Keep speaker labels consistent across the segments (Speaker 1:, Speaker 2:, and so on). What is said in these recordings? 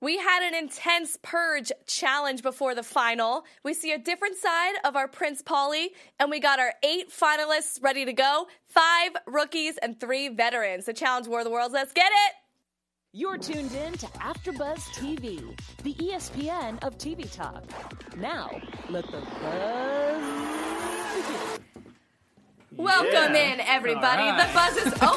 Speaker 1: We had an intense purge challenge before the final. We see a different side of our Prince Polly, and we got our eight finalists ready to go five rookies and three veterans. The challenge War of the Worlds. Let's get it!
Speaker 2: You're tuned in to AfterBuzz TV, the E ESPN of TV talk. Now, let the buzz begin.
Speaker 1: Welcome in, everybody.
Speaker 3: All
Speaker 1: The buzz is. Oh,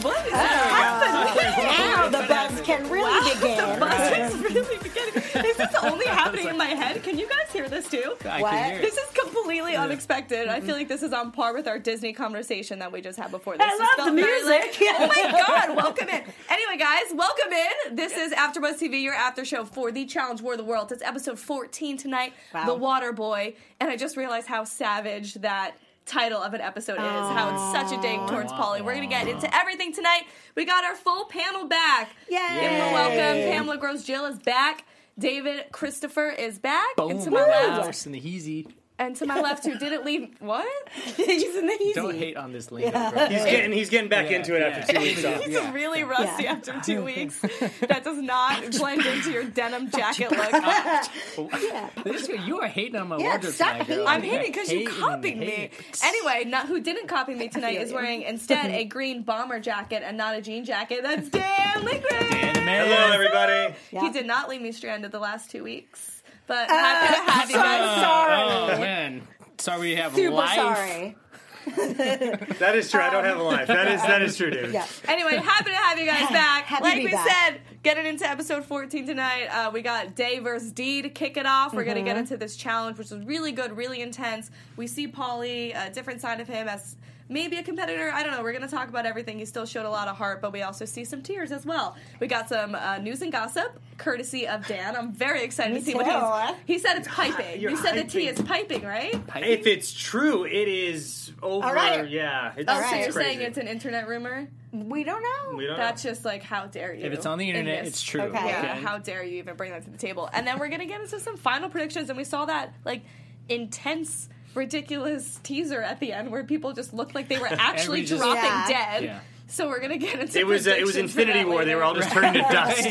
Speaker 1: what is happening?
Speaker 4: Now the buzz can really begin.
Speaker 5: This is really beginning. Is this only happening in my head? Can you guys hear this too?
Speaker 3: I
Speaker 4: What?
Speaker 3: can hear
Speaker 5: This
Speaker 3: it.
Speaker 5: is completely unexpected. I feel like this is on par with our Disney conversation that we just had before this.
Speaker 4: Mm-hmm. I
Speaker 5: This
Speaker 4: love
Speaker 5: felt
Speaker 4: the
Speaker 5: very
Speaker 4: music.
Speaker 5: like- oh my god, welcome in. Anyway, guys, welcome in. This is AfterBuzz TV, your after show for the Challenge War of the Worlds. It's episode 14 tonight,
Speaker 4: Wow.
Speaker 5: The Water Boy. And I just realized how savage that title of an episode is, how it's such a dig towards Polly. We're going to get into everything tonight. We got our full panel back. Pamela, welcome. Pamela Gross Jill is back. David Christopher is back. And to my left,
Speaker 3: Worse than the heezy.
Speaker 5: and to my left, who didn't leave. What?
Speaker 4: He's in the easy.
Speaker 3: Don't hate on this lingo. bro.
Speaker 6: He's getting he's getting back into it after two weeks off.
Speaker 5: He's really rusty after two weeks. That does not blend into your denim jacket look.
Speaker 3: This- you are hating on my
Speaker 4: Yeah,
Speaker 3: wardrobe
Speaker 4: stop
Speaker 3: tonight, girl.
Speaker 4: hating.
Speaker 5: I'm
Speaker 3: Yeah,
Speaker 5: hating because you
Speaker 3: hating,
Speaker 5: copied me.
Speaker 3: hating.
Speaker 5: Anyway, not, who didn't copy me tonight is wearing instead a green bomber jacket and not a jean jacket. That's Dan Liquid.
Speaker 6: Hello everybody.
Speaker 5: He did not leave me stranded the last two weeks, but happy to have you guys.
Speaker 4: Sorry.
Speaker 3: Oh man, sorry we have
Speaker 4: Super
Speaker 3: life.
Speaker 4: sorry.
Speaker 6: That is true. I don't
Speaker 3: Um,
Speaker 6: have a life. That is that is true, dude.
Speaker 4: Yeah.
Speaker 5: Anyway, happy to have you guys back.
Speaker 4: Happy to
Speaker 5: like
Speaker 4: be
Speaker 5: we
Speaker 4: back.
Speaker 5: said, getting into episode 14 tonight. Uh, we got Day versus D to kick it off. We're going to get
Speaker 4: Mm-hmm.
Speaker 5: into this challenge, which was really good, really intense. We see Paulie, a different side of him as maybe a competitor. I don't know. We're going to talk about everything. He still showed a lot of heart, but we also see some tears as well. We got some uh, news and gossip, courtesy of Dan. I'm very excited
Speaker 4: Me
Speaker 5: to see what
Speaker 4: too.
Speaker 5: he's. He said it's piping.
Speaker 6: You're
Speaker 5: you said the tea
Speaker 6: hyping.
Speaker 5: is piping, right?
Speaker 6: If it's true, it is over.
Speaker 4: All right.
Speaker 6: Yeah. It's,
Speaker 4: All
Speaker 5: Oh, So
Speaker 4: right.
Speaker 5: you're
Speaker 6: it's crazy.
Speaker 5: saying it's an internet rumor?
Speaker 4: We don't know.
Speaker 6: we don't
Speaker 5: That's
Speaker 6: know.
Speaker 5: just like how dare you?
Speaker 3: If it's on the
Speaker 5: in
Speaker 3: internet,
Speaker 5: this-
Speaker 3: it's true.
Speaker 4: Okay.
Speaker 5: Yeah,
Speaker 4: Okay.
Speaker 5: how dare you even bring that to the table? And then we're gonna get into some final predictions, and we saw that like intense, ridiculous teaser at the end where people just looked like they were actually
Speaker 3: just-
Speaker 5: dropping
Speaker 4: Yeah.
Speaker 5: dead.
Speaker 3: Yeah.
Speaker 5: So we're gonna get into
Speaker 6: it was uh, it
Speaker 5: predictions
Speaker 6: was
Speaker 5: for
Speaker 6: Infinity
Speaker 5: that
Speaker 6: War. They
Speaker 5: later.
Speaker 6: were all just turning to dust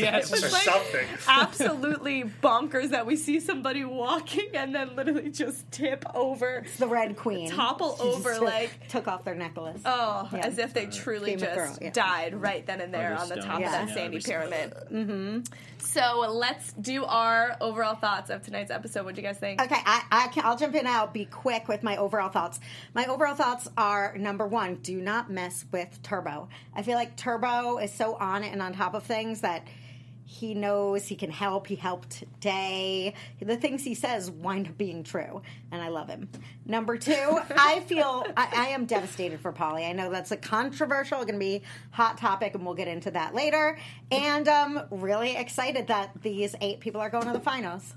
Speaker 3: Yeah, it's
Speaker 6: or
Speaker 3: just
Speaker 5: like- uh,
Speaker 6: something.
Speaker 5: absolutely bonkers that we see somebody walking and then literally just tip over,
Speaker 4: The Red Queen.
Speaker 5: topple
Speaker 4: She just
Speaker 5: over
Speaker 4: took-
Speaker 5: like
Speaker 4: took off their necklace.
Speaker 5: Oh,
Speaker 4: Yeah.
Speaker 5: as if they truly
Speaker 4: Game of
Speaker 5: just
Speaker 4: Thrones, yeah.
Speaker 5: died right then and there
Speaker 3: Or
Speaker 5: on the
Speaker 3: stone.
Speaker 5: top
Speaker 4: Yeah.
Speaker 5: of that
Speaker 3: Yeah,
Speaker 5: sandy
Speaker 3: or stone.
Speaker 5: pyramid. Mm-hmm. So let's do our overall thoughts of tonight's episode. What do you guys think?
Speaker 4: Okay, I, I can, I'll jump in. I'll be quick with my overall thoughts. My overall thoughts are number one: do not mess with Turbo. I feel like Turbo is so on it and on top of things that he knows he can help. He helped today. The things he says wind up being true, and I love him. Number two, I feel I, I am devastated for Polly. I know that's a controversial, going to be hot topic, and we'll get into that later. And um, really excited that these eight people are going to the finals.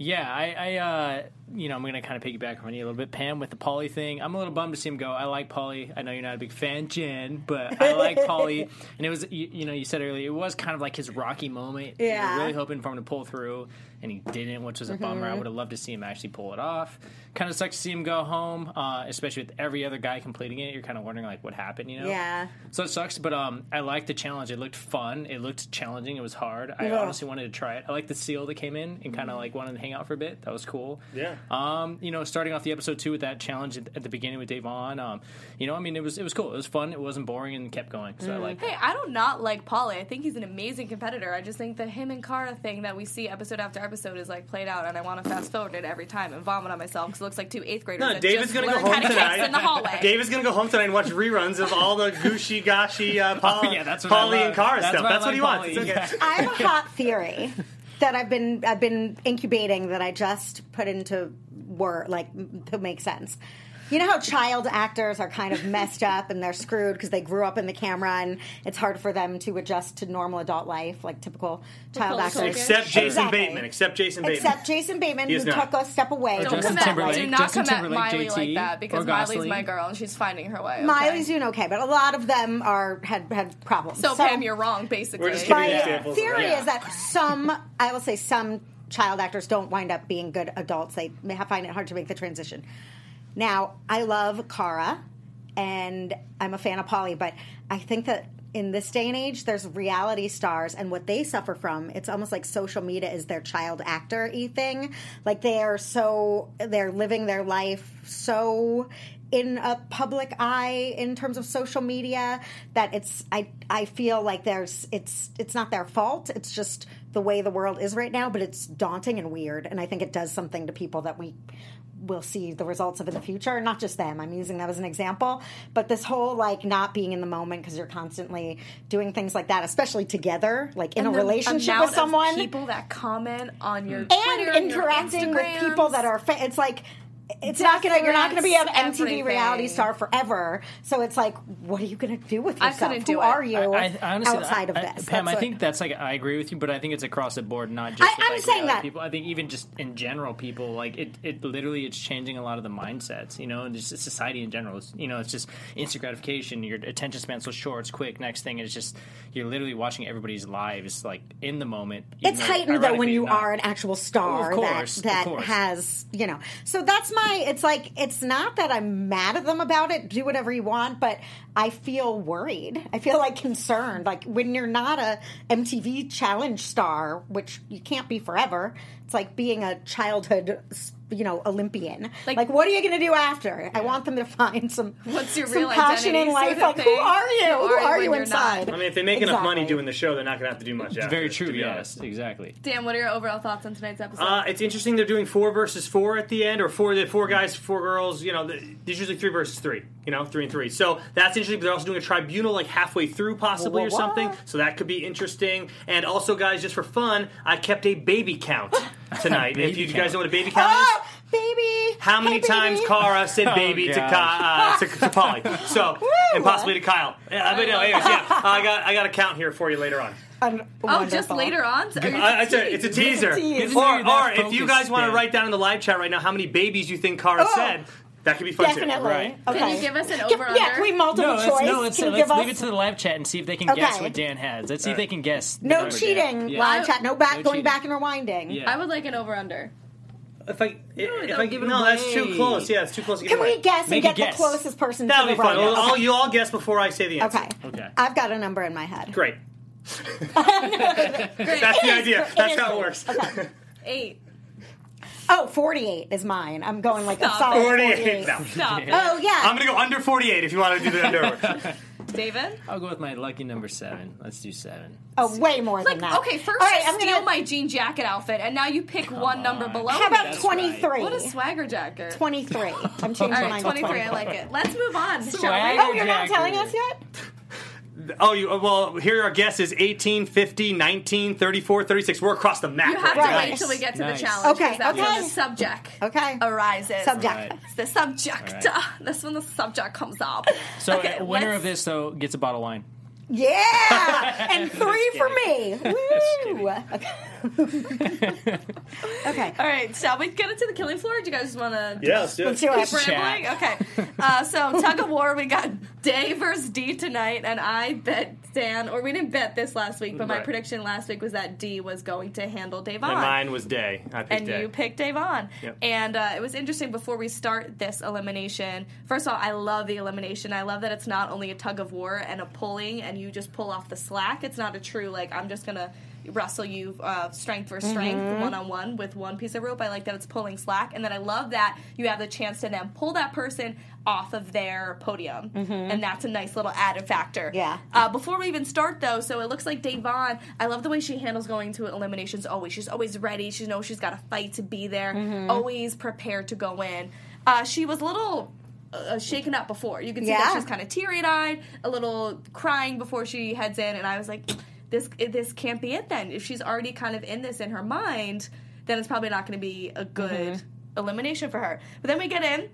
Speaker 3: Yeah, I, I uh, you know, I'm gonna kind of piggyback on you a little bit, Pam, with the Polly thing. I'm a little bummed to see him go. I like Polly. I know you're not a big fan, Jen, but I like Polly. And it was, you, you know, you said earlier, it was kind of like his rocky moment. You were
Speaker 4: Yeah. Mm-hmm.
Speaker 3: really hoping for him to pull through, and he didn't, which was a bummer. I would have loved to see him actually pull it off. Kind of sucks to see him go home, uh, especially with every other guy completing it. You're kind of wondering like, what happened, you know?
Speaker 4: Yeah.
Speaker 3: So it sucks, but um, I liked the challenge. It looked fun. It looked challenging. It was hard. I
Speaker 4: Yeah.
Speaker 3: honestly wanted to try it. I liked the seal that came in and kind of like wanted to hang out for a bit. That was cool.
Speaker 6: Yeah.
Speaker 3: Um, you know, starting off the episode two with that challenge at, at the beginning with Dave on. Um, you know, I mean, it was it was cool. It was fun. It wasn't boring and kept going. So I like.
Speaker 5: Hey, I do not like Polly. I think he's an amazing competitor. I just think the him and Kara thing that we see episode after episode is like played out, and I want to fast forward it every time and vomit on myself because it looks like two eighth graders.
Speaker 6: No,
Speaker 5: that
Speaker 6: David's
Speaker 5: just
Speaker 6: gonna go
Speaker 5: learned
Speaker 6: home
Speaker 5: how to kiss
Speaker 6: tonight.
Speaker 5: in the hallway.
Speaker 6: Dave is gonna go home tonight and watch reruns of all the Gucci Gashi, uh, Paul,
Speaker 3: Oh, yeah, that's what I
Speaker 6: Polly
Speaker 3: love.
Speaker 6: and Kara
Speaker 3: That's
Speaker 6: stuff.
Speaker 3: what I
Speaker 6: That's what he
Speaker 3: like
Speaker 6: wants. It's
Speaker 3: Polly.
Speaker 6: okay.
Speaker 4: I have a hot theory that I've been I've been incubating that I just put into word like m- to make sense. You know how child actors are kind of messed up and they're screwed because they grew up in the camera and it's hard for them to adjust to normal adult life, like typical child
Speaker 5: Nicole's
Speaker 4: actors.
Speaker 5: Cage.
Speaker 6: Except Jason
Speaker 4: Exactly.
Speaker 6: Bateman. Except Jason Bateman.
Speaker 4: Except Jason Bateman,
Speaker 6: He
Speaker 4: who
Speaker 6: is not.
Speaker 4: took a step away.
Speaker 3: Or
Speaker 4: from
Speaker 5: Don't come
Speaker 3: Justin
Speaker 5: at,
Speaker 3: Timberlake.
Speaker 5: do not
Speaker 3: Justin
Speaker 5: come
Speaker 3: Timberlake,
Speaker 5: at Miley like
Speaker 3: JT,
Speaker 5: that because
Speaker 3: or
Speaker 5: Miley's
Speaker 3: Gosling.
Speaker 5: my girl and she's finding her way. Okay?
Speaker 4: Miley's doing okay, but a lot of them are had had problems.
Speaker 5: so, Pam, you're wrong. Basically,
Speaker 6: We're just giving
Speaker 4: my
Speaker 6: examples. of
Speaker 4: theory
Speaker 6: that.
Speaker 4: is that some, I will say, some child actors don't wind up being good adults. They may have- find it hard to make the transition. Now, I love Kara, and I'm a fan of Polly, but I think that in this day and age, there's reality stars, and what they suffer from, it's almost like social media is their child actor y thing. Like they are so, they're living their life so in a public eye in terms of social media that it's I I feel like there's it's it's not their fault it's just the way the world is right now but it's daunting and weird and I think it does something to people that we will see the results of in the future not just them I'm using that as an example but this whole like not being in the moment because you're constantly doing things like that especially together like in a relationship
Speaker 5: amount
Speaker 4: with someone
Speaker 5: of people that comment on your Twitter,
Speaker 4: and interacting
Speaker 5: your
Speaker 4: with people that are fa- it's like it's not gonna you're not gonna be an mtv
Speaker 5: Difference,
Speaker 4: reality
Speaker 5: everything.
Speaker 4: star forever so it's like what are you gonna do with yourself
Speaker 5: couldn't do
Speaker 4: who
Speaker 5: it.
Speaker 4: are you
Speaker 3: I, I honestly,
Speaker 4: outside of
Speaker 3: I- I-
Speaker 4: this
Speaker 3: Pam,
Speaker 4: That's
Speaker 3: I
Speaker 4: what-
Speaker 3: think that's like I agree with you, but I think it's across the board, not just
Speaker 4: I-
Speaker 3: with,
Speaker 4: I'm
Speaker 3: like,
Speaker 4: saying
Speaker 3: reality
Speaker 4: that.
Speaker 3: people. I think even just in general, people like it. It literally it's changing a lot of the mindsets, you know, and just society in general. It's, you know, it's just instant gratification. Your attention span's so short. It's quick. Next thing, it's just you're literally watching everybody's lives like in the moment. even
Speaker 4: it's
Speaker 3: though,
Speaker 4: heightened though when
Speaker 3: ironically,
Speaker 4: you
Speaker 3: not-
Speaker 4: are an actual star
Speaker 3: Well, of course, of
Speaker 4: that that
Speaker 3: course.
Speaker 4: has you know so that's my it's like it's not that i'm mad at them about it do whatever you want but i feel worried i feel like concerned like when you're not a mtv challenge star which you can't be forever it's like being a childhood you know olympian like,
Speaker 5: Like-
Speaker 4: what are you going to do after i want them to find some
Speaker 5: What's your
Speaker 4: some
Speaker 5: real
Speaker 4: passion
Speaker 5: identity
Speaker 4: in life
Speaker 5: sort of
Speaker 4: like who
Speaker 5: thing?
Speaker 4: are you who are, you
Speaker 5: when you're not?
Speaker 4: inside
Speaker 6: I mean, if they make enough money
Speaker 4: Exactly.
Speaker 6: doing the show, they're not going to have to do much. It's
Speaker 3: very true.
Speaker 6: To be
Speaker 3: Yes,
Speaker 6: honest.
Speaker 3: exactly.
Speaker 5: Dan, what are your overall thoughts on tonight's episode?
Speaker 6: Uh, it's interesting they're doing four versus four at the end, or four the four guys, four girls. You know, th- there's usually three versus three. You know, three and three. So that's interesting. But they're also doing a tribunal like halfway through, possibly or
Speaker 4: Wha- wha-
Speaker 6: something. So that could be interesting. And also, guys, just for fun, I kept a baby count tonight. if
Speaker 3: Baby
Speaker 6: you
Speaker 3: count.
Speaker 6: guys know what a baby count is.
Speaker 4: oh baby
Speaker 6: How many
Speaker 4: Hey, baby.
Speaker 6: times Kara said
Speaker 3: Oh,
Speaker 6: baby to,
Speaker 3: gosh.
Speaker 6: Ka- uh, to, to Polly? So, and possibly to Kyle. Yeah, but no, anyways, yeah, I got I got a count here for you later on.
Speaker 4: Un-
Speaker 5: oh, just
Speaker 4: wonderful.
Speaker 5: later on? Or you
Speaker 6: I, it's,
Speaker 5: just
Speaker 6: a, it's a teaser.
Speaker 4: Tease.
Speaker 6: Or,
Speaker 3: Give me
Speaker 6: or
Speaker 3: that
Speaker 6: if you
Speaker 3: focus,
Speaker 6: guys want to
Speaker 3: Dan.
Speaker 6: write down in the live chat right now how many babies you think Kara
Speaker 4: Oh.
Speaker 6: said, that could be fun too.
Speaker 4: Definitely.
Speaker 3: Right.
Speaker 4: Okay.
Speaker 5: Can you give us an
Speaker 4: Give-
Speaker 5: over-under?
Speaker 4: Yeah, can we multiple
Speaker 3: No, let's,
Speaker 4: choice?
Speaker 3: no, let's,
Speaker 4: Can you
Speaker 3: let's
Speaker 4: give
Speaker 3: leave it
Speaker 4: us
Speaker 3: to the live chat and see if they can guess
Speaker 4: Okay.
Speaker 3: what Dan has. Let's see if they can guess. the
Speaker 4: no
Speaker 3: number Dan.
Speaker 4: cheating?
Speaker 3: Yeah.
Speaker 4: Live chat. No back.
Speaker 3: No
Speaker 4: going
Speaker 3: cheating.
Speaker 4: back and rewinding.
Speaker 3: Yeah.
Speaker 5: I would like an over under.
Speaker 6: If I, if I
Speaker 3: that'll
Speaker 6: give
Speaker 3: give
Speaker 6: it
Speaker 3: it
Speaker 6: no, that's too
Speaker 3: away.
Speaker 6: close. Yeah, it's too close. to give
Speaker 4: Can
Speaker 6: away.
Speaker 4: we guess
Speaker 3: Make a
Speaker 4: and get
Speaker 3: guess.
Speaker 4: the closest person?
Speaker 6: That'll
Speaker 4: to
Speaker 6: be
Speaker 4: the
Speaker 6: fun.
Speaker 4: Right
Speaker 6: We'll- all-
Speaker 4: okay.
Speaker 6: you all guess before I say the answer.
Speaker 4: okay.
Speaker 3: Okay.
Speaker 4: I've got a number in my head.
Speaker 6: Great.
Speaker 5: Great.
Speaker 6: That's the
Speaker 4: is
Speaker 6: idea.
Speaker 4: great. It
Speaker 6: That's
Speaker 4: is
Speaker 6: how it
Speaker 4: great.
Speaker 6: works.
Speaker 5: Eight.
Speaker 4: Oh, 48 is mine. I'm going like a
Speaker 5: Stop
Speaker 4: solid
Speaker 5: it.
Speaker 4: 48.
Speaker 6: 48. No.
Speaker 5: Stop. it.
Speaker 4: Oh yeah.
Speaker 6: I'm going to go under 48 if you want to do the under.
Speaker 5: David?
Speaker 3: I'll go with my lucky number seven. Let's do seven.
Speaker 4: oh, way more than
Speaker 5: Like,
Speaker 4: that.
Speaker 5: okay, first
Speaker 4: All right,
Speaker 5: you
Speaker 4: I'm
Speaker 5: steal
Speaker 4: gonna,
Speaker 5: my jean jacket outfit, and now you pick one number
Speaker 3: on.
Speaker 5: below.
Speaker 4: How about
Speaker 5: me.
Speaker 3: That's right.
Speaker 4: 23?
Speaker 5: What a swagger jacker.
Speaker 4: 23. I'm changing
Speaker 5: All right,
Speaker 4: mine.
Speaker 5: 23. I like it. Let's move on. shall we?
Speaker 3: Swagger.
Speaker 4: Oh, you're not
Speaker 3: Jacker.
Speaker 4: telling us yet?
Speaker 6: oh, you, well, here are guesses 18, 50, 19, 34, 36. We're across the
Speaker 5: You
Speaker 6: map.
Speaker 5: have
Speaker 6: right
Speaker 5: to
Speaker 6: now.
Speaker 5: wait until we get to
Speaker 3: Nice.
Speaker 5: the challenge. 'cause
Speaker 4: Okay,
Speaker 5: That's
Speaker 4: okay.
Speaker 5: when the subject
Speaker 4: Okay.
Speaker 5: arises.
Speaker 4: Subject.
Speaker 3: Right.
Speaker 5: It's the subject.
Speaker 3: All right.
Speaker 5: That's when the subject comes up.
Speaker 3: So,
Speaker 5: Okay,
Speaker 3: uh, winner
Speaker 5: let's-
Speaker 3: of this though gets a bottle of wine.
Speaker 4: Yeah, and three for me.
Speaker 3: kidding.
Speaker 4: Woo! okay,
Speaker 5: All right, shall we get into the killing floor? Or do you guys just want to
Speaker 6: Yeah, let's do it.
Speaker 4: let's do it.
Speaker 5: rambling? Okay. Uh, so tug of war, we got Day versus D tonight, and I bet Dan, or we didn't bet this last week, but my
Speaker 6: Right.
Speaker 5: prediction last week was that D was going to handle Dave
Speaker 6: And
Speaker 5: on.
Speaker 6: mine was day. I picked
Speaker 5: and
Speaker 6: day.
Speaker 5: you picked Davon.
Speaker 6: Yep.
Speaker 5: And uh, it was interesting before we start this elimination. First of all, I love the elimination. I love that it's not only a tug of war and a pulling, and you just pull off the slack. It's not a true like I'm just gonna wrestle you uh, strength for strength, one on one with one piece of rope. I like that it's pulling slack, and then I love that you have the chance to then pull that person off of their podium, and that's a nice little added factor.
Speaker 4: Yeah.
Speaker 5: Uh, before we even start, though, so it looks like Davon. I love the way she handles going to eliminations. Always, she's always ready. She knows she's got a fight to be there. Always prepared to go in. Uh, she was a little uh, shaken up before. You can see that
Speaker 4: Yeah.
Speaker 5: she's kind of teary eyed, a little crying before she heads in. And I was like, this this can't be it. Then if she's already kind of in this in her mind, then it's probably not going to be a good elimination for her. But then we get in.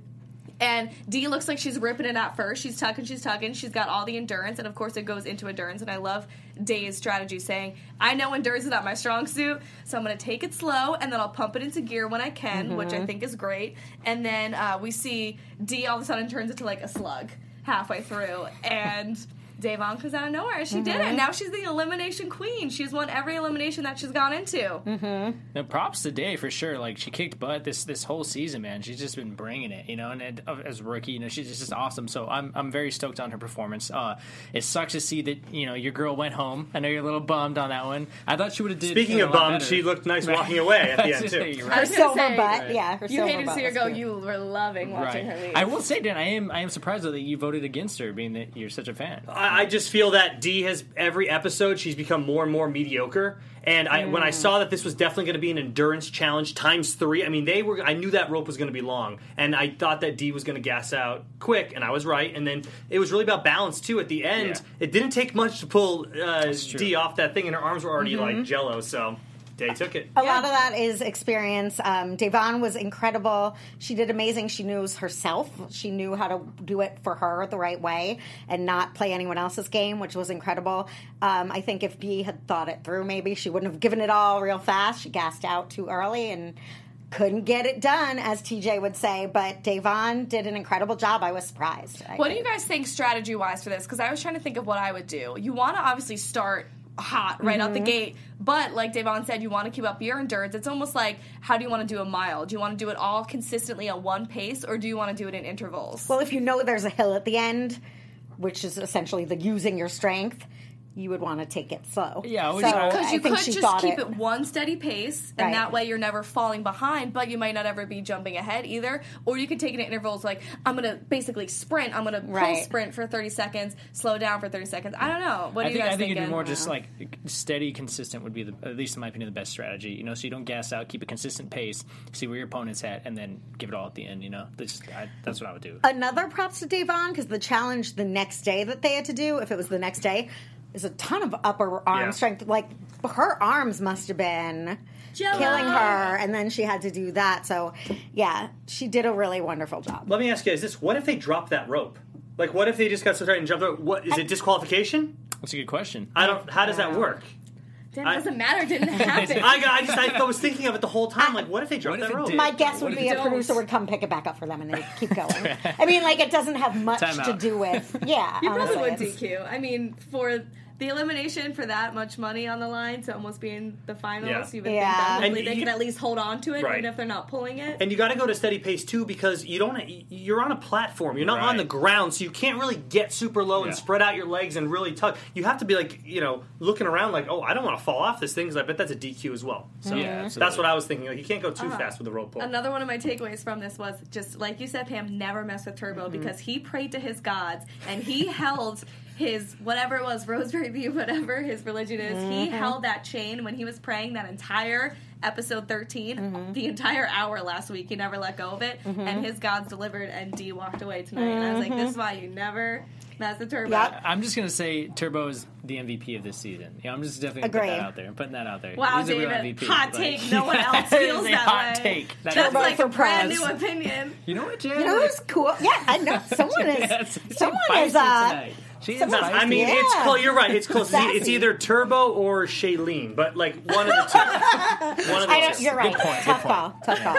Speaker 5: And Dee looks like she's ripping it out first. She's tucking, she's tucking. She's got all the endurance, and of course, it goes into endurance. And I love Day's strategy saying, I know endurance is not my strong suit, so I'm going to take it slow, and then I'll pump it into gear when I can, which I think is great. And then uh, we see Dee all of a sudden turns into like a slug halfway through. And. Devon comes out of nowhere. She did it. Now she's the elimination queen. She's won every elimination that she's gone into.
Speaker 3: No, props today for sure. Like she kicked butt this this whole season, man. She's just been bringing it, you know. And, and uh, as a rookie, you know, she's just, just awesome. So I'm I'm very stoked on her performance. Uh, it sucks to see that you know your girl went home. I know you're a little bummed on that one. I thought she would have did.
Speaker 6: Speaking
Speaker 3: a
Speaker 6: of
Speaker 3: lot
Speaker 6: bummed,
Speaker 3: better.
Speaker 6: she looked nice walking away at the
Speaker 3: That's
Speaker 6: end,
Speaker 3: it,
Speaker 6: too.
Speaker 3: you're
Speaker 5: I
Speaker 3: right.
Speaker 4: Her
Speaker 5: was gonna
Speaker 4: silver
Speaker 5: say,
Speaker 4: butt, yeah. Her
Speaker 5: You
Speaker 4: silver
Speaker 5: hated to
Speaker 4: butt
Speaker 5: see her
Speaker 4: was
Speaker 5: go.
Speaker 4: cute.
Speaker 5: You were loving watching her
Speaker 3: Right.
Speaker 5: leave.
Speaker 3: I will say, Dan, I am I am surprised though that you voted against her, being that you're such a fan.
Speaker 6: I, I just feel that Dee has every episode she's become more and more mediocre. And I, when I
Speaker 3: Mm.
Speaker 6: saw that this was definitely going to be an endurance challenge times three, I mean, they were. I knew that rope was going to be long, and I thought that Dee was going to gas out quick, and I was right. And then it was really about balance too. At the end,
Speaker 3: Yeah.
Speaker 6: it didn't take much to pull uh,
Speaker 3: true. Mm-hmm.
Speaker 6: Dee off that thing, and her arms were already like jello. So Day took it.
Speaker 4: A
Speaker 3: Oh.
Speaker 4: lot of that is experience. Um, Devon was incredible. She did amazing. She knew herself. She knew how to do it for her the right way and not play anyone else's game, which was incredible. Um, I think if Bee had thought it through, maybe she wouldn't have given it all real fast. She gassed out too early and couldn't get it done, as TJ would say. But Devon did an incredible job. I was surprised. I
Speaker 5: What do you guys think strategy wise for this? Because I was trying to think of what I would do. You want to obviously start hot right out the
Speaker 4: Mm-hmm.
Speaker 5: gate, but like Devon said, you want to keep up your endurance. It's almost like how do you want to do a mile? Do you want to do it all consistently at one pace, or do you want to do it in intervals?
Speaker 4: Well, if you know there's a hill at the end, which is essentially the using your strength, you would want to take it slow.
Speaker 3: Yeah, I would-
Speaker 4: so
Speaker 3: I
Speaker 5: because you
Speaker 4: I think
Speaker 5: could
Speaker 4: she
Speaker 5: just
Speaker 4: thought
Speaker 5: keep it. one steady pace, and
Speaker 4: Right.
Speaker 5: that way you're never falling behind, but you might not ever be jumping ahead either. Or you could take it at intervals, like I'm gonna basically sprint, I'm gonna
Speaker 4: Right.
Speaker 5: full sprint for 30 seconds, slow down for 30 seconds. I don't know. What do
Speaker 3: I
Speaker 5: you
Speaker 3: think,
Speaker 5: guys
Speaker 3: I think it'd
Speaker 5: thinking?
Speaker 3: be more just like steady, consistent would be the at least in my opinion the best strategy. You know, so you don't gas out, keep a consistent pace, see where your opponent's at, and then give it all at the end. You know, that's I, that's what I would do.
Speaker 4: Another props to Devon because the challenge the next day that they had to do, if it was the next day, is a ton of upper arm
Speaker 6: Yeah.
Speaker 4: strength. Like her arms must have been
Speaker 5: Jell-O.
Speaker 4: killing her, and then she had to do that. So, yeah, she did a really wonderful job.
Speaker 6: Let me ask you guys this: What if they dropped that rope? Like, what if they just got so tired and jumped? Out? What is it? Disqualification?
Speaker 3: That's a good question.
Speaker 6: I don't. How does that work?
Speaker 5: It
Speaker 6: I-
Speaker 5: doesn't matter. It didn't happen.
Speaker 6: I, got- I just I was thinking of it the whole time. Like, what if they dropped
Speaker 3: What if
Speaker 6: that
Speaker 3: it
Speaker 6: rope?
Speaker 3: did?
Speaker 4: My guess
Speaker 3: What
Speaker 4: would
Speaker 3: if
Speaker 4: be
Speaker 3: it
Speaker 4: a
Speaker 3: don't?
Speaker 4: producer would come pick it back up for them and they keep going. I mean, like, it doesn't have much
Speaker 3: Time
Speaker 4: to
Speaker 3: out.
Speaker 4: do with, yeah.
Speaker 5: you probably
Speaker 4: honestly,
Speaker 5: would
Speaker 4: it's-
Speaker 5: DQ. I mean, for the elimination for that much money on the line to almost being the finals,
Speaker 6: Yeah.
Speaker 5: you would
Speaker 4: Yeah.
Speaker 5: think that hopefully
Speaker 6: And
Speaker 5: they
Speaker 6: you-
Speaker 5: can at least hold on to it,
Speaker 6: Right.
Speaker 5: even if they're not pulling it.
Speaker 6: And you got to go to steady pace too because you don't. You're on a platform. You're not on
Speaker 3: Right.
Speaker 6: the ground, so you can't really get super low and
Speaker 3: Yeah.
Speaker 6: spread out your legs and really tug. You have to be like you know looking around like, oh, I don't want to fall off this thing because I bet that's a DQ as well. So
Speaker 3: Yeah,
Speaker 6: that's
Speaker 3: absolutely.
Speaker 6: what I was thinking. Like, you can't go
Speaker 4: Uh-huh.
Speaker 6: too fast with the rope pull.
Speaker 5: Another one of my takeaways from this was just like you said, Pam, never mess with Turbo
Speaker 3: Mm-hmm.
Speaker 5: because he prayed to his gods and he held his whatever it was, Rosemary Bee, whatever his religion is, he
Speaker 3: Mm-hmm.
Speaker 5: held that chain when he was praying that entire episode 13,
Speaker 3: Mm-hmm.
Speaker 5: the entire hour last week. He never let go of it, and his gods delivered, and D walked away tonight. And I was
Speaker 3: Mm-hmm.
Speaker 5: like, this is why you never mess with Turbo.
Speaker 4: Yep.
Speaker 3: I'm just gonna say Turbo is the MVP of this season. Yeah, I'm just definitely gonna put
Speaker 4: Agree.
Speaker 3: that out there. I'm putting that out there.
Speaker 5: Wow,
Speaker 3: He's a real
Speaker 5: David.
Speaker 3: MVP,
Speaker 5: Hot
Speaker 3: like-
Speaker 5: take. No one else
Speaker 3: That is
Speaker 5: feels
Speaker 3: a
Speaker 5: that
Speaker 3: hot
Speaker 5: way.
Speaker 3: take. That
Speaker 5: That's
Speaker 3: is-
Speaker 5: like
Speaker 4: for
Speaker 5: a brand
Speaker 4: prize.
Speaker 5: new opinion.
Speaker 3: you know what, Jan?
Speaker 4: You know who's cool? Yeah, I know. Someone is.
Speaker 3: Yes, she's
Speaker 4: someone
Speaker 3: feisty
Speaker 4: is. Uh,
Speaker 3: tonight. She is
Speaker 4: someone-
Speaker 3: feisty.
Speaker 6: I mean, it's
Speaker 4: Yeah.
Speaker 6: close. You're right. It's close. It's, e- it's
Speaker 4: Sassy.
Speaker 6: either Turbo or Shailene, but like one of the two. one of the
Speaker 4: I know,
Speaker 6: two.
Speaker 4: you're right.
Speaker 3: point, good
Speaker 4: tough
Speaker 3: point.
Speaker 4: call. Tough call.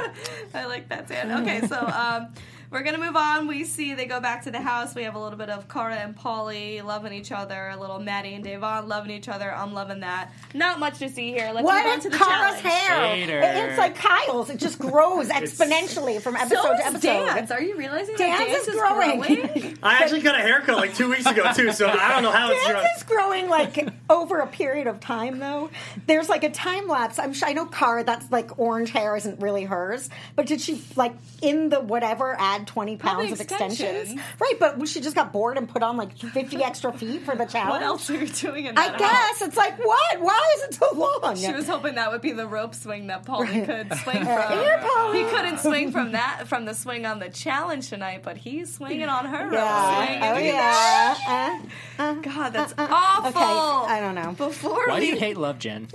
Speaker 5: I like that, Dan. Okay, so um, we're gonna move on. We see they go back to the house. We have a little bit of Cara and Polly loving each other. A little Maddie and Devon loving each other. I'm loving that. Not much to see here. Let's move on
Speaker 4: What
Speaker 5: to
Speaker 4: is
Speaker 5: the
Speaker 4: Kara's
Speaker 5: challenge.
Speaker 4: hair?
Speaker 3: Hater.
Speaker 4: It- It's like Kyle's. It just grows exponentially from episode
Speaker 5: So
Speaker 4: to
Speaker 5: is
Speaker 4: episode.
Speaker 5: dance. Are you realizing
Speaker 4: Dance
Speaker 5: that dance
Speaker 4: is growing.
Speaker 6: I actually got a haircut like two weeks ago too, so I don't know how it's.
Speaker 4: Dance is growing like over a period of time, though. There's like a time lapse. I'm sure I know Cara. That's like orange hair isn't really hers, but did she like in the whatever add 20 pounds of
Speaker 5: extensions.
Speaker 4: extensions? Right, but she just got bored and put on like 50 extra feet for the challenge.
Speaker 5: What else are you doing in that?
Speaker 4: I
Speaker 5: house?
Speaker 4: guess it's like what? Why is it so long?
Speaker 5: She was hoping that would be the rope swing that Polly could swing from.
Speaker 4: Here, Polly.
Speaker 5: He couldn't swing from that from the swing on the challenge tonight, but he's swinging on her rope swing.
Speaker 4: Yeah. Oh yeah. Uh,
Speaker 5: God, that's awful.
Speaker 4: okay. I don't know.
Speaker 5: Before
Speaker 3: Why do
Speaker 5: we
Speaker 3: you hate love, Jen?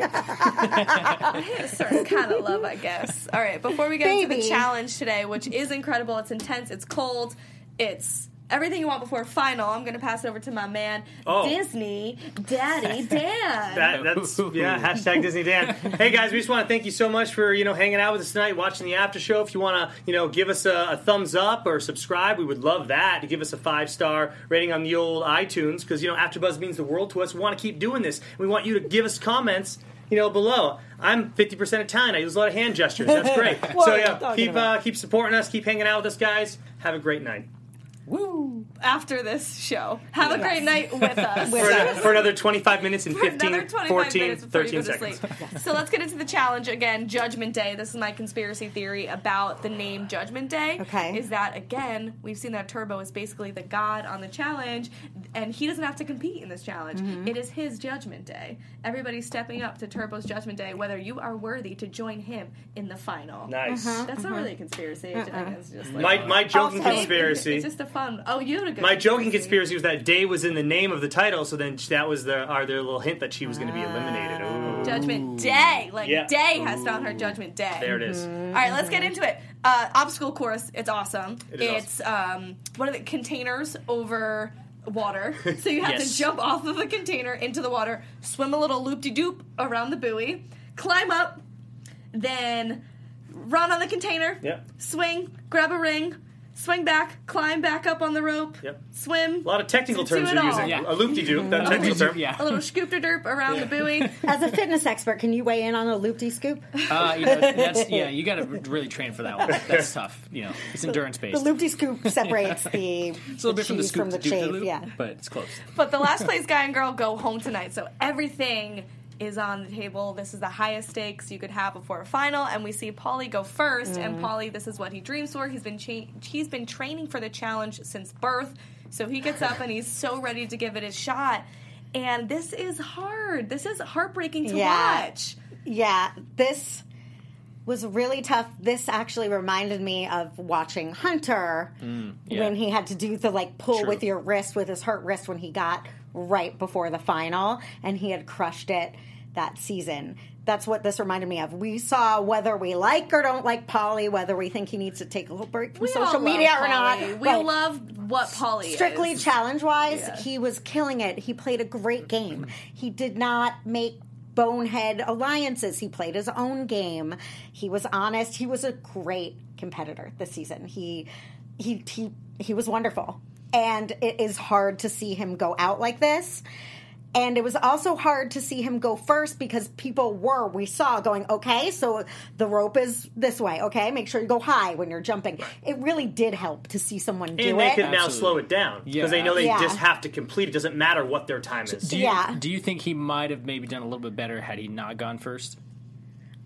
Speaker 5: a certain kind of love, I guess. All right, before we get into the
Speaker 4: Baby.
Speaker 5: challenge today, which is incredible, it's intense, it's cold, it's Everything You Want Before Final. I'm going to pass it over to my man,
Speaker 6: Oh.
Speaker 5: Disney Daddy Dan.
Speaker 6: That, that's yeah. Hashtag Disney Dan. hey guys, we just want to thank you so much for you know hanging out with us tonight, watching the after show. If you want to you know give us a, a thumbs up or subscribe, we would love that. To give us a five star rating on the old iTunes because you know AfterBuzz means the world to us. We want to keep doing this. We want you to give us comments. You know, below. I'm 50% Italian. I use a lot of hand gestures. That's great. so yeah, keep uh, keep supporting us. Keep hanging out with us, guys. Have a great night.
Speaker 2: Woo!
Speaker 5: After this show, have a great night with us.
Speaker 6: For, another- for another 25 minutes and
Speaker 5: For
Speaker 6: 15,
Speaker 5: another 25
Speaker 6: 14,
Speaker 5: minutes before
Speaker 6: 13
Speaker 5: you go to
Speaker 6: seconds.
Speaker 5: sleep. So let's get into the challenge again. Judgment Day. This is my conspiracy theory about the name Judgment Day.
Speaker 4: Okay.
Speaker 5: Is that again? We've seen that Turbo is basically the god on the challenge, and he doesn't have to compete in this challenge. It is his Judgment Day. Everybody's stepping up to Turbo's Judgment Day, whether you are worthy to join him in the final.
Speaker 6: Nice.
Speaker 5: That's not really a conspiracy. I guess it's just like
Speaker 6: My, my joking
Speaker 4: Also-
Speaker 6: conspiracy.
Speaker 5: It's just a fun. Oh, you had a good.
Speaker 6: My joking conspiracy was that Day was in the name of the title, so then that was their, our, their little hint that she was going to be
Speaker 5: Ah.
Speaker 6: eliminated. Ooh.
Speaker 5: Judgment Day. Like
Speaker 6: Yeah.
Speaker 5: Day has found her Judgment Day.
Speaker 6: There it is.
Speaker 5: All right, let's get into it. Uh, obstacle course, it's awesome.
Speaker 6: It is
Speaker 5: it's um, what are the containers over water? So you have
Speaker 6: Yes.
Speaker 5: to jump off of a container into the water, swim a little loop de doop around the buoy, climb up, then run on the container,
Speaker 6: Yep.
Speaker 5: swing, grab a ring, swing back, climb back up on the rope,
Speaker 6: Yep.
Speaker 5: swim.
Speaker 6: A lot of technical
Speaker 5: Do
Speaker 6: terms
Speaker 5: it
Speaker 6: you're
Speaker 5: all. Mm-hmm.
Speaker 6: using.
Speaker 3: Yeah.
Speaker 6: A loop de doop, that technical term.
Speaker 3: Yeah.
Speaker 5: a little scoop de derp around the buoy.
Speaker 4: As a fitness expert, can you weigh in on a loop de scoop?
Speaker 3: Uh, you know, that's yeah. You got to really train for that one. That's tough. You know, it's endurance based.
Speaker 4: The loop de scoop separates the,
Speaker 3: it's a little bit from the
Speaker 4: cheese
Speaker 3: scoop
Speaker 4: from the
Speaker 3: to do
Speaker 4: chafe. Yeah.
Speaker 3: but it's close.
Speaker 5: But the last place guy and girl go home tonight, so everything is on the table. This is the highest stakes you could have before a final, and we see Polly go first. And
Speaker 6: Mm.
Speaker 5: Polly, this is what he dreams for. He's been cha- he's been training for the challenge since birth, so he gets up and he's so ready to give it his shot. And this is hard. This is heartbreaking to
Speaker 4: Yeah.
Speaker 5: watch.
Speaker 4: Yeah, this was really tough. This actually reminded me of watching Hunter
Speaker 3: Mm, yeah.
Speaker 4: when he had to do the like pull
Speaker 3: True.
Speaker 4: with your wrist with his hurt wrist when he got right before the final and he had crushed it that season. That's what this reminded me of. We saw whether we like or don't like Polly, whether we think he needs to take a little break from
Speaker 5: We all
Speaker 4: social
Speaker 5: love
Speaker 4: media or
Speaker 5: Polly.
Speaker 4: not.
Speaker 5: We
Speaker 4: but
Speaker 5: love what Polly is.
Speaker 4: strictly challenge wise,
Speaker 5: Yeah.
Speaker 4: he was killing it. He played a great game. He did not make bonehead alliances. He played his own game. He was honest. He was a great competitor this season. He he he he was wonderful. And it is hard to see him go out like this. And it was also hard to see him go first because people were, we saw going, okay, so the rope is this way, okay, make sure you go high when you're jumping. It really did help to see someone do
Speaker 6: And
Speaker 4: it.
Speaker 6: they could now
Speaker 3: Absolutely.
Speaker 6: slow it down because
Speaker 3: Yeah.
Speaker 6: they know they
Speaker 4: Yeah.
Speaker 6: just have to complete it. Doesn't matter what their time is.
Speaker 3: Do you,
Speaker 4: Yeah.
Speaker 3: Do you think he might have maybe done a little bit better had he not gone first?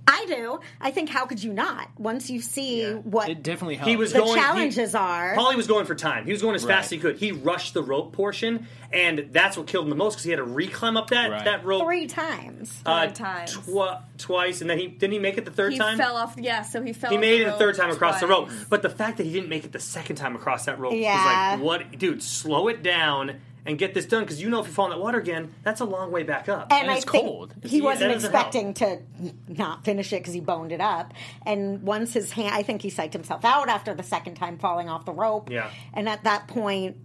Speaker 4: I do. I think how could you not? Once you see what
Speaker 3: It definitely helped.
Speaker 6: he was
Speaker 4: the
Speaker 6: going.
Speaker 4: challenges
Speaker 6: he,
Speaker 4: are.
Speaker 6: Paulie was going for time. He was going as fast as he
Speaker 3: Right.
Speaker 6: could. He rushed the rope portion, and that's what killed him the most because he had to reclimb up that
Speaker 3: Right.
Speaker 6: that rope
Speaker 4: three times.
Speaker 6: uh,
Speaker 5: Three times.
Speaker 6: twi- twice, and then he didn't he make it the third
Speaker 5: He
Speaker 6: time.
Speaker 5: fell off. Yeah, so he fell.
Speaker 6: He
Speaker 5: off
Speaker 6: made it
Speaker 5: the
Speaker 6: a third time across the rope,
Speaker 5: twice.
Speaker 6: but the fact that he didn't make it the second time across that rope was
Speaker 4: Yeah.
Speaker 6: like, what, dude? Slow it down and get this done because you know if you fall in that water again, that's a long way back up.
Speaker 4: and,
Speaker 3: and
Speaker 4: I
Speaker 3: it's
Speaker 4: think
Speaker 3: cold.
Speaker 4: he
Speaker 3: Yeah,
Speaker 4: wasn't
Speaker 6: that doesn't help.
Speaker 4: expecting to not finish it because he boned it up. And once his hand, I think he psyched himself out after the second time falling off the rope.
Speaker 6: Yeah.
Speaker 4: And at that point,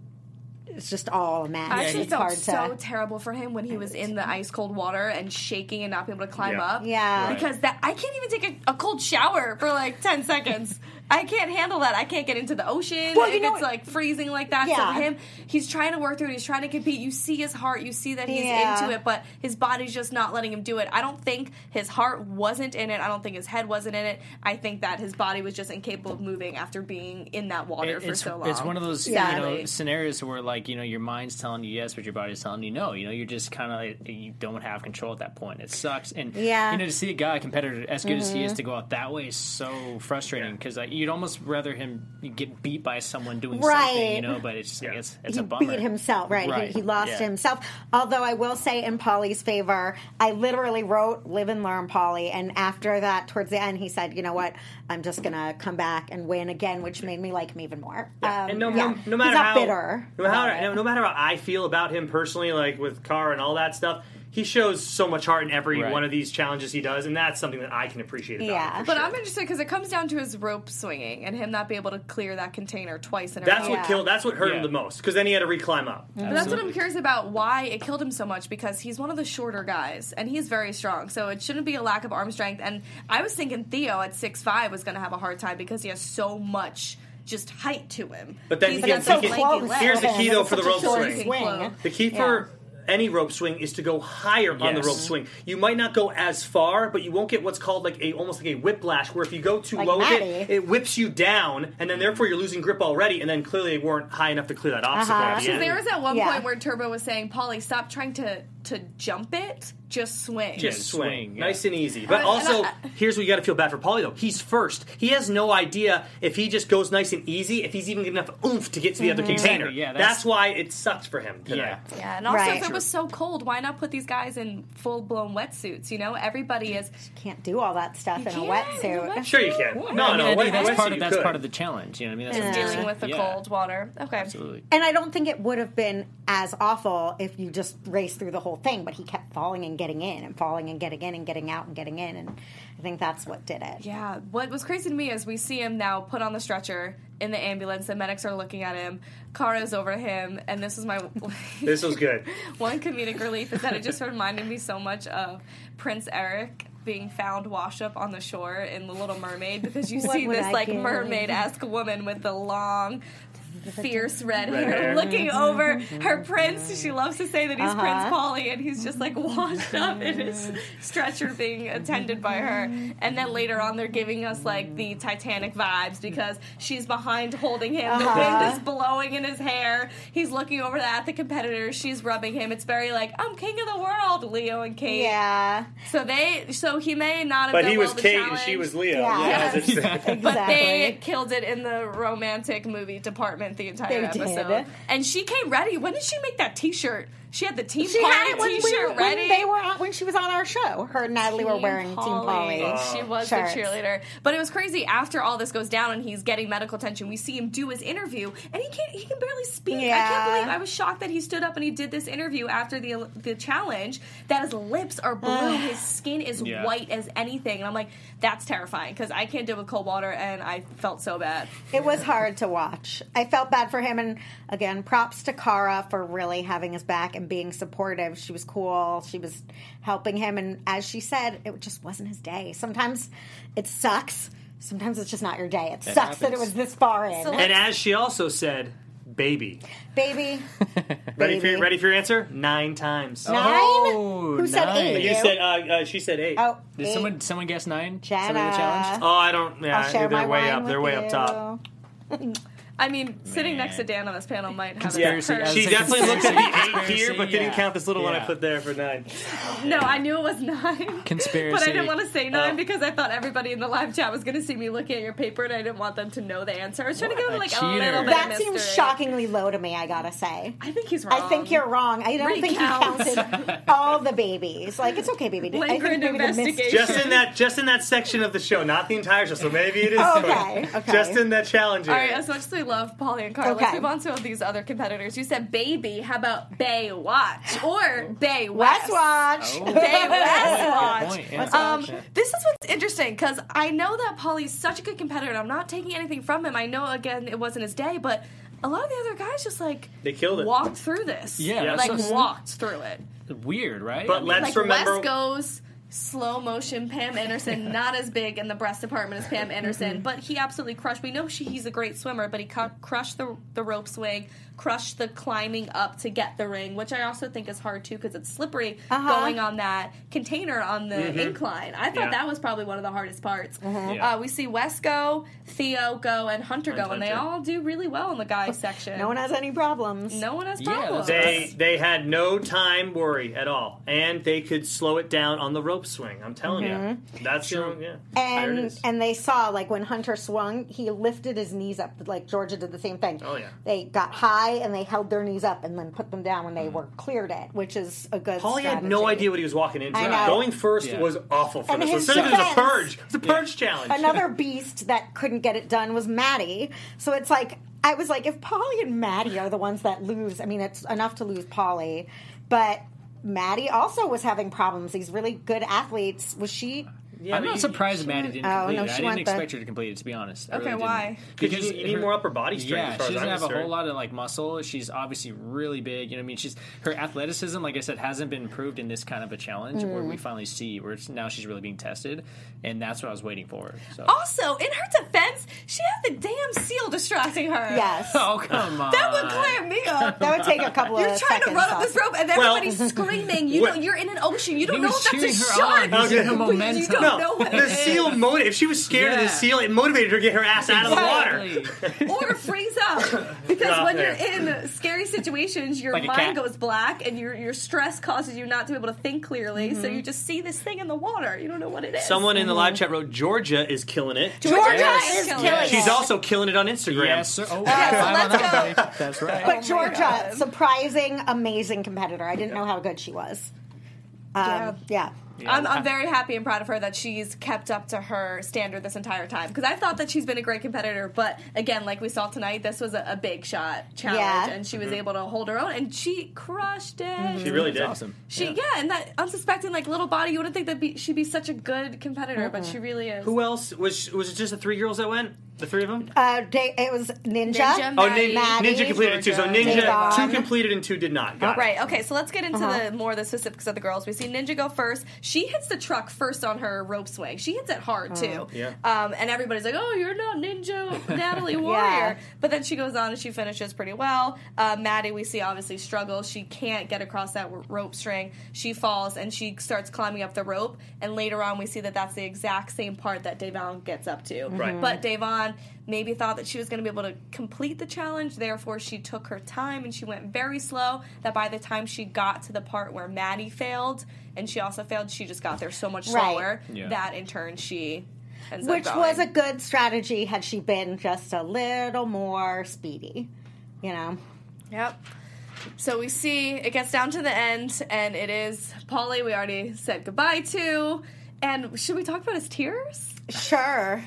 Speaker 4: it's just all a mess.
Speaker 5: I actually
Speaker 4: it's
Speaker 5: felt
Speaker 4: hard
Speaker 5: so
Speaker 4: to.
Speaker 5: terrible for him when he was in the ice cold water and shaking and not being able to climb
Speaker 6: Yeah.
Speaker 5: up.
Speaker 4: Yeah. Right.
Speaker 5: Because that I can't even take a, a cold shower for like ten seconds. I can't handle that. I can't get into the ocean.
Speaker 4: Well,
Speaker 5: if
Speaker 4: you know
Speaker 5: it's
Speaker 4: what-
Speaker 5: like freezing like that.
Speaker 4: Yeah.
Speaker 5: So him, he's trying to work through it. He's trying to compete. You see his heart. You see that he's
Speaker 4: Yeah.
Speaker 5: into it, but his body's just not letting him do it. I don't think his heart wasn't in it. I don't think his head wasn't in it. I think that his body was just incapable of moving after being in that water
Speaker 3: It-
Speaker 5: for
Speaker 3: it's,
Speaker 5: so long.
Speaker 3: it's one of those you know
Speaker 5: Sadly.
Speaker 3: scenarios where like you know your mind's telling you yes, but your body's telling you no. You know you're just kind of like, you don't have control at that point. It sucks, and
Speaker 4: Yeah. Mm-hmm.
Speaker 3: you know to see a guy a competitor as good as he is to go out that way is so frustrating because like you'd almost rather him get beat by someone doing something, you
Speaker 4: Right.
Speaker 3: know. But it's just like, it's, it's
Speaker 4: he
Speaker 3: a bummer.
Speaker 4: beat himself, right? He-
Speaker 3: Right.
Speaker 4: He, lost
Speaker 3: Yeah.
Speaker 4: himself. Although I will say, in Polly's favor, I literally wrote "Live and Learn, Polly," and after that, towards the end, he said, "You know what? I'm just gonna come back and win again," which made me like him even more. Um,
Speaker 6: and no,
Speaker 4: yeah.
Speaker 6: no, no matter
Speaker 4: He's not
Speaker 6: how
Speaker 4: bitter,
Speaker 6: no matter
Speaker 4: about it.
Speaker 6: no, no matter how I feel about him personally, like with Carr and all that stuff, he shows so much heart in every
Speaker 3: Right.
Speaker 6: one of these challenges he does, and that's something that I can appreciate. About
Speaker 4: Yeah.
Speaker 6: him, for
Speaker 4: But
Speaker 6: sure.
Speaker 5: I'm interested because it comes down to his rope swinging and him not being able to clear that container twice in a
Speaker 6: that's
Speaker 5: row.
Speaker 6: what killed. That's what hurt
Speaker 3: Yeah.
Speaker 6: him the most because then he had to reclimb up.
Speaker 5: But that's what I'm curious about why it killed him so much because he's one of the shorter guys and he's very strong. So it shouldn't be a lack of arm strength. And I was thinking Theo at 6'5 was going to have a hard time because he has so much just height to him.
Speaker 6: But then
Speaker 5: He's
Speaker 6: he
Speaker 5: got
Speaker 6: gets-
Speaker 5: such
Speaker 6: he gets-
Speaker 5: lanky legs.
Speaker 6: Here's the key, though, for the rope
Speaker 4: rope
Speaker 6: swing.
Speaker 5: Swing.
Speaker 6: The key for any rope swing is to go higher on the
Speaker 3: Yes.
Speaker 6: rope swing. You might not go as far, but you won't get what's called like a almost like a whiplash, where if you go too
Speaker 4: Like
Speaker 6: low, with it
Speaker 4: Maddie.
Speaker 6: it whips you down, and then therefore you're losing grip already, and then clearly they weren't high enough to clear that obstacle.
Speaker 4: Uh-huh.
Speaker 6: at the
Speaker 4: So
Speaker 6: end.
Speaker 5: There was at one
Speaker 4: Yeah.
Speaker 5: point where Turbo was saying, Polly, stop trying to, to jump it, just swing.
Speaker 6: just
Speaker 3: swing,
Speaker 6: swing,
Speaker 3: yeah.
Speaker 6: nice and easy. But
Speaker 5: And-
Speaker 6: also,
Speaker 5: and I-
Speaker 6: here's what you got to feel bad for Paulie though. He's first. He has no idea if he just goes nice and easy, if he's even good enough oomph to get to the
Speaker 3: Mm-hmm.
Speaker 6: other container.
Speaker 3: Exactly, yeah,
Speaker 6: that's,
Speaker 3: that's-
Speaker 6: why it sucked for him. Today.
Speaker 3: Yeah.
Speaker 5: Yeah, and also
Speaker 4: Right.
Speaker 5: if it was so cold, why not put these guys in full blown wetsuits? You know, everybody is.
Speaker 4: Can't do all that stuff in a
Speaker 5: can't, in a
Speaker 4: wetsuit.
Speaker 5: wetsuit.
Speaker 6: Sure, you can.
Speaker 3: Well,
Speaker 6: no,
Speaker 3: I mean,
Speaker 6: no,
Speaker 3: I
Speaker 6: what-
Speaker 3: think that's
Speaker 6: what-
Speaker 3: part of
Speaker 6: you
Speaker 3: that's
Speaker 6: could.
Speaker 3: part of the challenge. You know, what I mean, that's what
Speaker 4: Yeah.
Speaker 5: dealing with the
Speaker 3: Yeah.
Speaker 5: cold water. Okay.
Speaker 3: Absolutely.
Speaker 4: And I don't think it would have been as awful if you just raced through the whole thing, but he kept falling and getting in and falling and getting in and getting out and getting in. And I think that's what did it.
Speaker 5: Yeah. What was crazy to me is we see him now put on the stretcher in the ambulance. The medics are looking at him. Cara's over him, and this is my
Speaker 6: This was good.
Speaker 5: one comedic relief is that it just reminded me so much of Prince Eric being found wash up on the shore in The Little Mermaid because you
Speaker 4: What
Speaker 5: see
Speaker 4: would
Speaker 5: this
Speaker 4: I
Speaker 5: like
Speaker 4: do?
Speaker 5: mermaid esque woman with the long fierce red,
Speaker 6: Red
Speaker 5: hair,
Speaker 6: hair. Mm-hmm.
Speaker 5: looking over her prince. She loves to say that he's Prince Polly and he's just like washed up in
Speaker 6: Mm-hmm.
Speaker 5: his stretcher being attended by her. And then later on they're giving us like the Titanic vibes because she's behind holding him. The wind is blowing in his hair. He's looking over at the competitors. She's rubbing him. It's very like, I'm king of the world, Leo and Kate.
Speaker 4: Yeah.
Speaker 5: So they so he may not have
Speaker 6: But
Speaker 5: done
Speaker 6: he
Speaker 5: well
Speaker 6: was
Speaker 5: the
Speaker 6: Kate and
Speaker 5: challenge.
Speaker 6: she was Leo.
Speaker 4: Yeah.
Speaker 6: Yeah, that's it.
Speaker 4: Exactly.
Speaker 5: But they killed it in the romantic movie department the entire
Speaker 4: They did.
Speaker 5: episode. And she came ready. When did she make that T-shirt? She had the team
Speaker 4: she
Speaker 5: party
Speaker 4: had it when, we-
Speaker 5: T-shirt
Speaker 4: when
Speaker 5: ready.
Speaker 4: they were on, when she was on our show. Her and Natalie were
Speaker 5: Team
Speaker 4: wearing Team Polly.
Speaker 5: she was
Speaker 4: shirts.
Speaker 5: a cheerleader, but it was crazy. After all this goes down and he's getting medical attention, we see him do his interview, and he can't. He can barely speak. I
Speaker 4: Yeah.
Speaker 5: can't believe I was shocked that he stood up and he did this interview after the the challenge. That his lips are blue, his skin is
Speaker 3: Yeah.
Speaker 5: white as anything, and I'm like, that's terrifying because I can't deal with cold water, and I felt so bad.
Speaker 4: It was hard to watch. I felt bad for him, and again, props to Kara for really having his back and being supportive. She was cool. She was helping him, and as she said, it just wasn't his day. Sometimes it sucks. Sometimes it's just not your day. It, sucks that it
Speaker 3: happens.
Speaker 4: was this far in,
Speaker 5: So-
Speaker 6: And as she also said, baby.
Speaker 4: baby.
Speaker 6: Ready for,
Speaker 4: Baby.
Speaker 6: ready for your answer? Nine times.
Speaker 4: Nine.
Speaker 3: Oh,
Speaker 4: Who said
Speaker 3: nine.
Speaker 4: eight?
Speaker 6: You said, uh, uh, she said eight.
Speaker 4: Oh,
Speaker 3: Did
Speaker 4: eight.
Speaker 3: someone someone guess nine?
Speaker 4: Jetta.
Speaker 3: Somebody the challenge.
Speaker 6: Oh, I don't. Yeah,
Speaker 4: I'll share
Speaker 6: they're
Speaker 4: my
Speaker 6: way
Speaker 4: wine
Speaker 6: up. They're
Speaker 4: with
Speaker 6: way up top.
Speaker 4: you.
Speaker 5: I mean, sitting next to Dan on this panel might have
Speaker 6: Yeah,
Speaker 3: Conspiracy.
Speaker 5: a curse.
Speaker 3: As
Speaker 6: she
Speaker 3: a
Speaker 6: definitely looked
Speaker 3: conspiracy,
Speaker 6: at the eight here,
Speaker 3: conspiracy,
Speaker 6: but didn't
Speaker 3: yeah.
Speaker 6: count this little one I
Speaker 3: Yeah.
Speaker 6: put there for nine.
Speaker 5: No, I knew it was nine.
Speaker 3: Conspiracy.
Speaker 5: But I didn't want to say nine
Speaker 6: Oh.
Speaker 5: because I thought everybody in the live chat was going to see me looking at your paper and I didn't want them to know the answer. I was trying to
Speaker 3: What
Speaker 5: give them
Speaker 3: a
Speaker 5: like a,
Speaker 3: cheater.
Speaker 5: little bit of
Speaker 4: That
Speaker 5: mystery.
Speaker 4: seems shockingly low to me. I gotta say.
Speaker 5: I think he's wrong.
Speaker 4: I think you're wrong. I don't think
Speaker 5: Um, Recounts.
Speaker 4: he counted all the babies. Like it's okay, baby. I
Speaker 5: Lingering
Speaker 4: think maybe the mystery-
Speaker 5: investigation.
Speaker 6: Just in that, just in that section of the show, not the entire show. So maybe it is.
Speaker 4: Okay,
Speaker 6: Tony.
Speaker 4: okay.
Speaker 6: Just in that challenge.
Speaker 5: All right,
Speaker 6: area.
Speaker 5: as much as we love Polly and Carl, let's
Speaker 4: Okay.
Speaker 5: move on to these other competitors. You said baby, how about Bay Watch or Bay West?
Speaker 4: West Watch.
Speaker 3: Oh.
Speaker 5: Bay West
Speaker 3: Good
Speaker 5: Watch.
Speaker 3: point, yeah.
Speaker 5: Um, this is what's interesting because I know that Polly's such a good competitor. and I'm not taking anything from him. I know again it wasn't his day, but a lot of the other guys just like
Speaker 6: They killed it.
Speaker 5: Walked through this,
Speaker 3: Yeah, Yeah.
Speaker 5: like
Speaker 3: that's so-
Speaker 5: walked through it.
Speaker 3: Weird, right?
Speaker 6: But let's
Speaker 5: Like
Speaker 6: remember.
Speaker 5: West goes slow motion. Pam Anderson, not as big in the breast department as Pam
Speaker 6: Mm-hmm.
Speaker 5: Anderson, but he absolutely crushed. We know she, he's a great swimmer, but he cu- crushed the the rope swing, crushed the climbing up to get the ring, which I also think is hard too because it's slippery
Speaker 4: Uh-huh.
Speaker 5: going on that container on the incline. I thought
Speaker 6: Mm-hmm. Yeah.
Speaker 5: that was probably one of the hardest parts.
Speaker 4: Mm-hmm.
Speaker 6: Yeah.
Speaker 5: Uh, we see West go, Theo go, and Hunter go, and they
Speaker 6: Hunter.
Speaker 5: all do really well in the guys section.
Speaker 4: No one has any problems.
Speaker 5: no one has
Speaker 3: Yeah, that's
Speaker 5: problems.
Speaker 6: They they had no time worry at all, and they could slow it down on the rope swing. I'm telling you, that's your yeah. there it
Speaker 4: Mm-hmm. And
Speaker 6: is.
Speaker 4: and they saw like when Hunter swung, he lifted his knees up. Like Georgia did the same thing.
Speaker 6: Oh, yeah.
Speaker 4: They got high and they held their knees up and then put them down when they were cleared it, which is a good.
Speaker 6: Paulie had
Speaker 4: strategy.
Speaker 6: no idea what he was walking into.
Speaker 4: I know.
Speaker 6: Going first
Speaker 3: Yeah.
Speaker 6: was awful for
Speaker 4: And
Speaker 6: this.
Speaker 4: his
Speaker 6: So it was a
Speaker 4: defense-
Speaker 6: purge. It was a purge challenge.
Speaker 4: Another beast that couldn't get it done was Maddie. So it's like I was like, if Polly and Maddie are the ones that lose, I mean, it's enough to lose Polly, but Maddie also was having problems. These really good athletes. Was she?
Speaker 6: Yeah,
Speaker 3: I'm
Speaker 6: but
Speaker 3: not
Speaker 6: you-
Speaker 3: surprised Maddie didn't
Speaker 4: Oh,
Speaker 3: complete
Speaker 4: no,
Speaker 3: it.
Speaker 4: she
Speaker 3: I didn't
Speaker 4: went the-
Speaker 3: expect her to complete it, to be honest. I
Speaker 5: Okay,
Speaker 3: really didn't.
Speaker 5: why?
Speaker 6: Because you need- you need more upper body strength,
Speaker 3: Yeah,
Speaker 6: as far
Speaker 3: she
Speaker 6: as
Speaker 3: doesn't
Speaker 6: I'm
Speaker 3: have a whole
Speaker 6: concerned.
Speaker 3: lot of like muscle. She's obviously really big. You know, what I mean, she's her athleticism, like I said, hasn't been improved in this kind of a challenge where we finally see where it's, now she's really being tested, and that's what I was waiting for. So.
Speaker 5: Also, in her defense, she had the damn seal distracting her.
Speaker 4: Yes.
Speaker 3: Oh come on!
Speaker 5: That would clamp me up.
Speaker 4: That would take a couple
Speaker 5: You're
Speaker 4: of
Speaker 5: trying to
Speaker 4: seconds
Speaker 5: run up
Speaker 4: off.
Speaker 5: this rope, and
Speaker 6: Well-
Speaker 5: everybody's screaming. You
Speaker 6: What-
Speaker 5: know, you're in an ocean. You don't
Speaker 3: He
Speaker 5: know
Speaker 3: was
Speaker 5: if that's a
Speaker 3: cheering her
Speaker 5: shark.
Speaker 3: on. He was
Speaker 6: Okay.
Speaker 3: in her
Speaker 6: You
Speaker 5: You
Speaker 3: momentum.
Speaker 5: don't know what
Speaker 6: the
Speaker 5: it
Speaker 6: seal
Speaker 5: is.
Speaker 6: motivated. If she was scared of
Speaker 3: Yeah.
Speaker 6: the seal, it motivated her to get her ass out of the water.
Speaker 3: Exactly.
Speaker 5: or freeze up because
Speaker 6: Yeah.
Speaker 5: when you're in scary situations your
Speaker 3: Like a
Speaker 5: mind
Speaker 3: cat.
Speaker 5: goes black and your your stress causes you not to be able to think clearly
Speaker 4: Mm-hmm.
Speaker 5: so you just see this thing in the water you don't know what it is
Speaker 6: Someone in the live chat wrote, "Georgia is killing it."
Speaker 4: Georgia
Speaker 5: Yes.
Speaker 4: is killing
Speaker 5: Yes.
Speaker 4: it.
Speaker 6: She's also killing it on Instagram.
Speaker 3: Yes, sir. Oh,
Speaker 5: let's
Speaker 3: wow. That's right.
Speaker 4: But Georgia, surprising, amazing competitor. I didn't know how good she was. Um,
Speaker 5: Yeah.
Speaker 4: yeah.
Speaker 5: I'm, I'm very happy and proud of her that she's kept up to her standard this entire time because I thought that she's been a great competitor, but again, like we saw tonight, this was a, a big shot challenge,
Speaker 4: Yeah.
Speaker 5: and she was able to hold her own, and she crushed it.
Speaker 6: Mm-hmm. She really did.
Speaker 3: awesome.
Speaker 5: She yeah. and that unsuspecting like little body, you wouldn't think that be, she'd be such a good competitor, but she really is.
Speaker 6: Who else was? Was it just the three girls that went? The three of them?
Speaker 4: Uh, they, it was Ninja.
Speaker 5: Ninja,
Speaker 6: oh,
Speaker 5: Maddie,
Speaker 6: Ninja, Ninja completed it too. So
Speaker 5: Georgia,
Speaker 6: Ninja,
Speaker 4: Devon.
Speaker 6: two completed and two did not. Got it.
Speaker 5: Right. Okay. So let's get into the more of the specifics of the girls. We see Ninja go first. She hits the truck first on her rope swing. She hits it hard too.
Speaker 6: Uh-huh. Yeah.
Speaker 5: Um, and everybody's like, "Oh, you're not Ninja Natalie Warrior." But then she goes on and she finishes pretty well. Uh, Maddie, we see obviously struggles. She can't get across that w- rope string. She falls and she starts climbing up the rope. And later on, we see that that's the exact same part that Devon gets up to.
Speaker 6: Right. Mhm.
Speaker 4: Mm-hmm.
Speaker 5: But Davon maybe thought that she was going to be able to complete the challenge, therefore she took her time and she went very slow. That by the time she got to the part where Maddie failed and she also failed, she just got there so much
Speaker 4: Right.
Speaker 5: slower
Speaker 3: Yeah.
Speaker 5: that in turn she ends
Speaker 4: Which
Speaker 5: up
Speaker 4: was a good strategy had she been just a little more speedy. You know?
Speaker 5: yep. So we see it gets down to the end, and it is Polly. We already said goodbye to, and should we talk about his tears?
Speaker 4: Sure.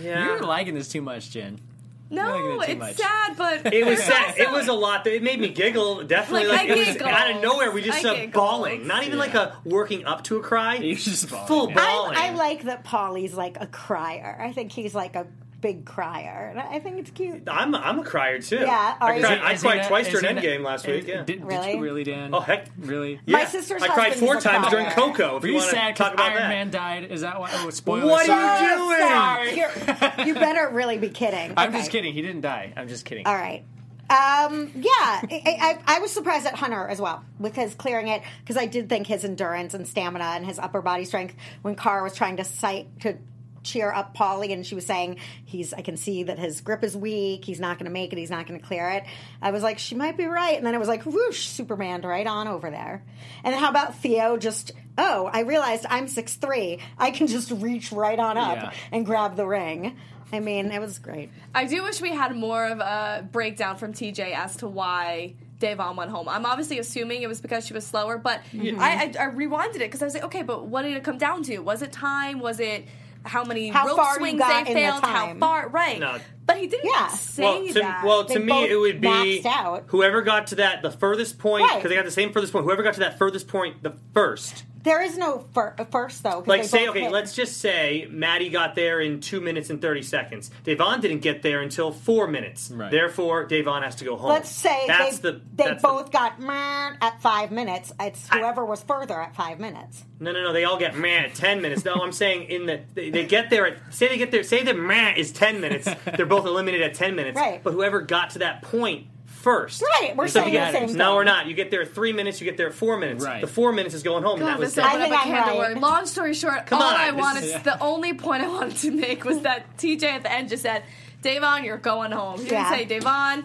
Speaker 6: Yeah.
Speaker 3: You're liking this too much, Jen.
Speaker 5: No,
Speaker 3: liking it too
Speaker 5: it's
Speaker 3: much.
Speaker 5: sad, but
Speaker 6: It was
Speaker 5: there's
Speaker 6: sad. It
Speaker 5: also-
Speaker 6: was a lot. It made me giggle. Definitely,
Speaker 5: Like,
Speaker 6: like,
Speaker 5: I
Speaker 6: it was
Speaker 5: giggled.
Speaker 6: out of nowhere. We just
Speaker 5: I
Speaker 6: started
Speaker 5: giggled.
Speaker 6: bawling. Not even
Speaker 3: Yeah.
Speaker 6: like a working up to a cry.
Speaker 3: You're just bawling,
Speaker 6: full
Speaker 3: yeah.
Speaker 6: bawling.
Speaker 4: I, I like that Polly's like a crier. I think he's like a big crier. And I think it's cute.
Speaker 6: I'm I'm a crier too.
Speaker 4: Yeah, are
Speaker 6: I
Speaker 4: you?
Speaker 6: cried, I
Speaker 3: Is he
Speaker 6: cried
Speaker 3: not-
Speaker 6: twice
Speaker 3: is
Speaker 6: during
Speaker 3: he not-
Speaker 6: Endgame last
Speaker 3: is-
Speaker 6: week. Yeah.
Speaker 3: Did,
Speaker 4: Really?
Speaker 3: did you really, Dan?
Speaker 6: Oh heck,
Speaker 3: Really?
Speaker 6: Yeah.
Speaker 4: sister's
Speaker 6: I cried
Speaker 4: husband
Speaker 6: four
Speaker 4: is a
Speaker 6: times during
Speaker 4: crier.
Speaker 6: Coco. If
Speaker 3: Were
Speaker 6: you
Speaker 3: you
Speaker 6: want to
Speaker 3: sad
Speaker 6: talk
Speaker 3: because
Speaker 6: about
Speaker 3: Iron
Speaker 6: that,
Speaker 3: Man died? Is that why? Oh, spoilers.
Speaker 6: What are you
Speaker 3: Sorry.
Speaker 6: doing?
Speaker 4: Sorry. You're- you better really be kidding.
Speaker 3: I'm
Speaker 4: Okay.
Speaker 3: just kidding. He didn't die. I'm just kidding.
Speaker 4: All right. Um, yeah, I, I, I was surprised at Hunter as well with his clearing it because I did think his endurance and stamina and his upper body strength when Carr was trying to sight to cheer up Polly and she was saying he's I can see that his grip is weak he's not going to make it he's not going to clear it I was like she might be right and then it was like whoosh Superman right on over there and how about Theo just oh I realized I'm six three I can just reach right on up
Speaker 3: Yeah.
Speaker 4: and grab the ring I mean it was great
Speaker 5: I do wish we had more of a breakdown from TJ as to why Devon went home. I'm obviously assuming it was because she was slower, but I, I, I rewinded it because I was like, okay, but what did it come down to? Was it time? Was it how many
Speaker 4: How
Speaker 5: rope
Speaker 4: far you
Speaker 5: swings
Speaker 4: got
Speaker 5: they
Speaker 4: in the
Speaker 5: failed? How
Speaker 4: time.
Speaker 5: far? Right.
Speaker 6: No.
Speaker 5: But he didn't
Speaker 4: Yeah.
Speaker 5: say
Speaker 6: Well, to,
Speaker 5: that.
Speaker 6: well,
Speaker 4: They
Speaker 6: to me,
Speaker 4: both
Speaker 6: it would be
Speaker 4: maxed out.
Speaker 6: whoever got to that the furthest point because
Speaker 4: Right.
Speaker 6: they got the same furthest point. Whoever got to that furthest point the first.
Speaker 4: There is no fir- uh, first though. 'cause
Speaker 6: Like
Speaker 4: they
Speaker 6: say,
Speaker 4: both
Speaker 6: okay,
Speaker 4: hit.
Speaker 6: let's just say Maddie got there in two minutes and thirty seconds. Devon didn't get there until four minutes.
Speaker 3: Right.
Speaker 6: Therefore, Devon has to go home.
Speaker 4: let's say
Speaker 6: that's
Speaker 4: they,
Speaker 6: the
Speaker 4: they
Speaker 6: that's the-
Speaker 4: both got meh at five minutes. It's whoever was further at five minutes.
Speaker 6: No, no, no. They all get meh at ten minutes. No, I'm saying in the they, they get there. At, say they get there. Say the meh is ten minutes. They're both eliminated at ten minutes.
Speaker 4: Right.
Speaker 6: But whoever got to that point first.
Speaker 4: Right, we're
Speaker 6: So if
Speaker 4: saying
Speaker 6: you
Speaker 4: the
Speaker 6: get-
Speaker 4: same
Speaker 6: No,
Speaker 4: thing.
Speaker 6: we're not. You get there at three minutes. You get there at four minutes.
Speaker 3: Right.
Speaker 6: The four minutes is going home. and
Speaker 5: God,
Speaker 6: that was
Speaker 5: this
Speaker 6: the,
Speaker 5: opened
Speaker 4: I
Speaker 5: up
Speaker 4: think
Speaker 5: a can
Speaker 4: I'm
Speaker 5: of
Speaker 4: right.
Speaker 5: worms. Long story short,
Speaker 6: Come
Speaker 5: all
Speaker 6: on,
Speaker 5: I
Speaker 6: this
Speaker 5: wanted,
Speaker 6: is-
Speaker 5: the only point I wanted to make was that TJ at the end just said, Davon, you're going home. He
Speaker 4: Yeah.
Speaker 5: didn't say, Davon,